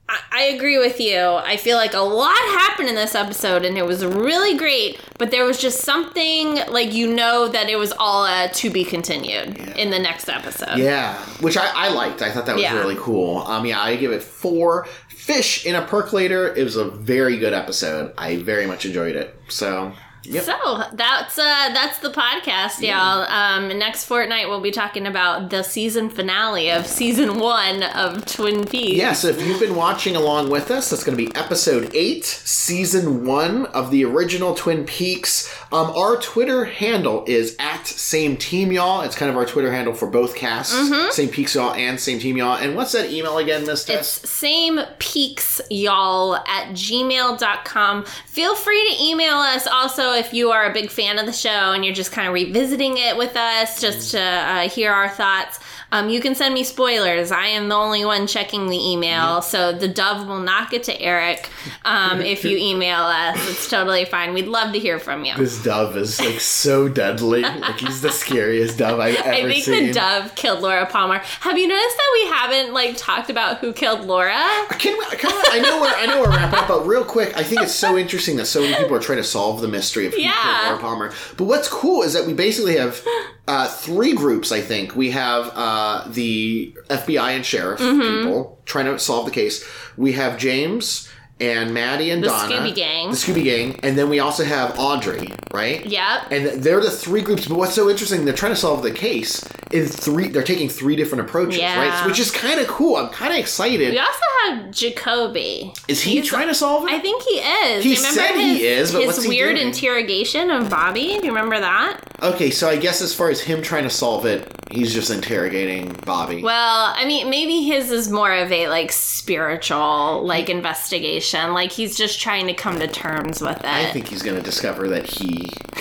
C: I, I agree with you. I feel like a lot happened in this episode and it was really great, but there was just something like you know that it was all uh, to be continued in the next episode.
B: Yeah, which I, I liked. I thought that was
C: Yeah.
B: really cool. Um, yeah, I give it four fish in a percolator. It was a very good episode. I very much enjoyed it. So, yep.
C: So that's uh that's the podcast, y'all. Um next fortnight we'll be talking about the season finale of season one of Twin Peaks.
B: yeah, so if you've been watching along with us, that's going to be episode 8, season 1 of the original Twin Peaks. Um, our Twitter handle is at same team y'all. It's kind of our Twitter handle for both casts,
C: Mm-hmm.
B: same peaks y'all and same team y'all. And what's that email again, Miss Tess?
C: It's same peaks y'all at gmail.com. Feel free to email us also if you are a big fan of the show and you're just kind of revisiting it with us just to uh, hear our thoughts. Um, you can send me spoilers. I am the only one checking the email, so the dove will not get to Eric um, if you email us. It's totally fine. We'd love to hear from you.
B: This dove is like so deadly. Like he's the scariest dove I've ever
C: I think
B: seen.
C: the dove killed Laura Palmer. Have you noticed that we haven't like talked about who killed Laura?
B: Can we, can we- I know we're I know we're wrapping up, but real quick, I think it's so interesting that so many people are trying to solve the mystery of who killed
C: Yeah.
B: Laura Palmer. But what's cool is that we basically have uh, three groups. I think we have uh, the FBI and sheriff
C: Mm-hmm.
B: people trying to solve the case. We have James and Maddie and
C: The
B: Donna,
C: Scooby Gang.
B: the Scooby Gang, and then we also have Audrey, right?
C: Yep.
B: And they're the three groups. But what's so interesting, they're trying to solve the case in three. They're taking three different approaches,
C: Yeah.
B: right? Which is kind of cool. I'm kind of excited.
C: We also have Jacoby.
B: Is he trying to solve it?
C: I think he is.
B: He
C: You remember
B: said he is, but
C: his
B: what's he
C: weird
B: doing?
C: interrogation of Bobby. Do you remember that?
B: okay, so I guess as far as him trying to solve it, he's just interrogating Bobby.
C: Well, I mean, maybe his is more of a like spiritual like investigation. Like he's just trying to come to terms with it.
B: I think he's going to discover that he.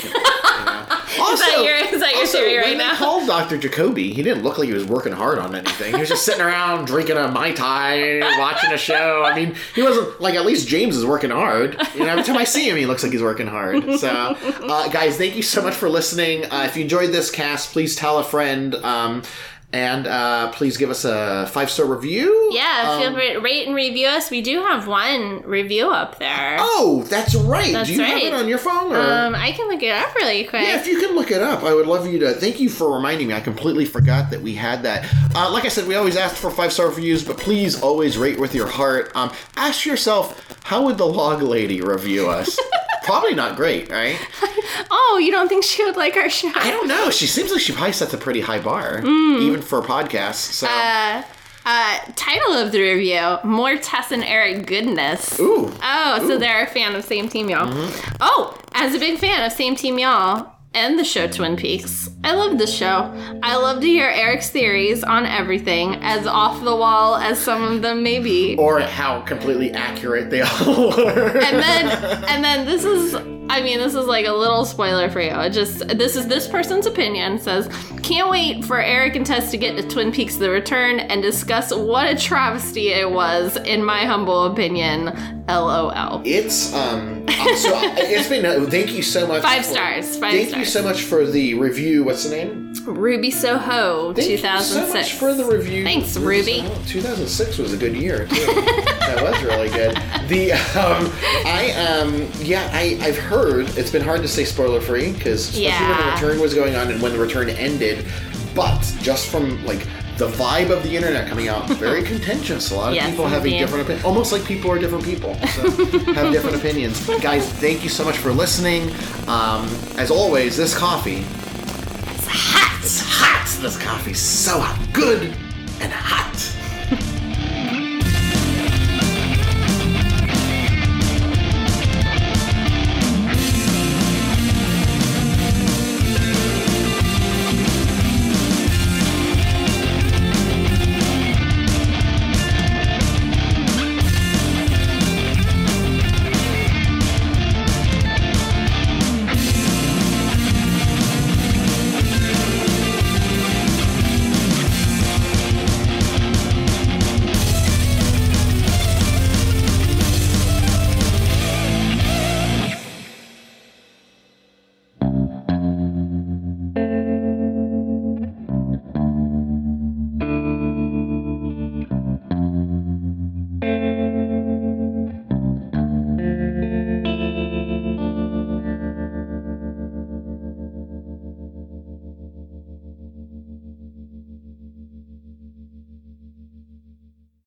B: you know. Also,
C: your- is that your
B: also,
C: theory
B: when
C: right
B: they
C: now?
B: called Dr. Jacoby, he didn't look like he was working hard on anything. He was just sitting around drinking a Mai Tai, watching a show. I mean, he wasn't, like, at least James is working hard. You know, every time I see him, he looks like he's working hard. So, uh, guys, thank you so much for listening. Uh, if you enjoyed this cast, please tell a friend. Um, and uh, please give us a five star review.
C: yeah, feel
B: Um,
C: free to rate and review us. We do have one review up there.
B: Oh, uh, that's right.
C: That's
B: Do you have
C: right.
B: it on your phone? Or?
C: um, I can look it up really quick.
B: Yeah, if you can look it up, I would love you to. Thank you for reminding me. I completely forgot that we had that. Uh, like I said, we always ask for five star reviews, but please always rate with your heart. Um, ask yourself, how would the log lady review us? probably not great, right?
C: oh, you don't think she would like our show?
B: I don't know. She seems like she probably sets a pretty high bar, even for a podcast. So,
C: Mm. Uh, uh, title of the review: More Tess and Eric goodness.
B: ooh,
C: Oh, so they're a fan of Same Team Y'all. Oh, as a big fan of Same Team Y'all and the show Twin Peaks, I love this show. I love to hear Eric's theories on everything, as off the wall as some of them may be.
B: or how completely accurate they all were.
C: And then, and then this is. I mean, this is like a little spoiler for you. It just this is this person's opinion. It says, can't wait for Eric and Tess to get to Twin Peaks: The Return and discuss what a travesty it was, in my humble opinion. LOL.
B: It's um. So it's been. uh, Thank you so much.
C: Five
B: for-
C: stars. Five
B: Thank
C: stars.
B: you so much for the review. What's the name?
C: Ruby Soho,
B: Thank you
C: 2006.
B: so much for the review.
C: Thanks, Ruby.
B: uh, 2006 was a good year. Too. that was really good. The um, I um, yeah, I I've heard it's been hard to say spoiler free because especially when the
C: Yeah.
B: return was going on and when the return ended, but just from like. The vibe of the internet coming out very contentious. A lot of
C: Yes,
B: people having
C: indeed.
B: different opinions, almost like people are different people, so have different opinions. Guys, thank you so much for listening. Um, as always, this coffee hot. It's hot. This coffee's so hot. Good and hot.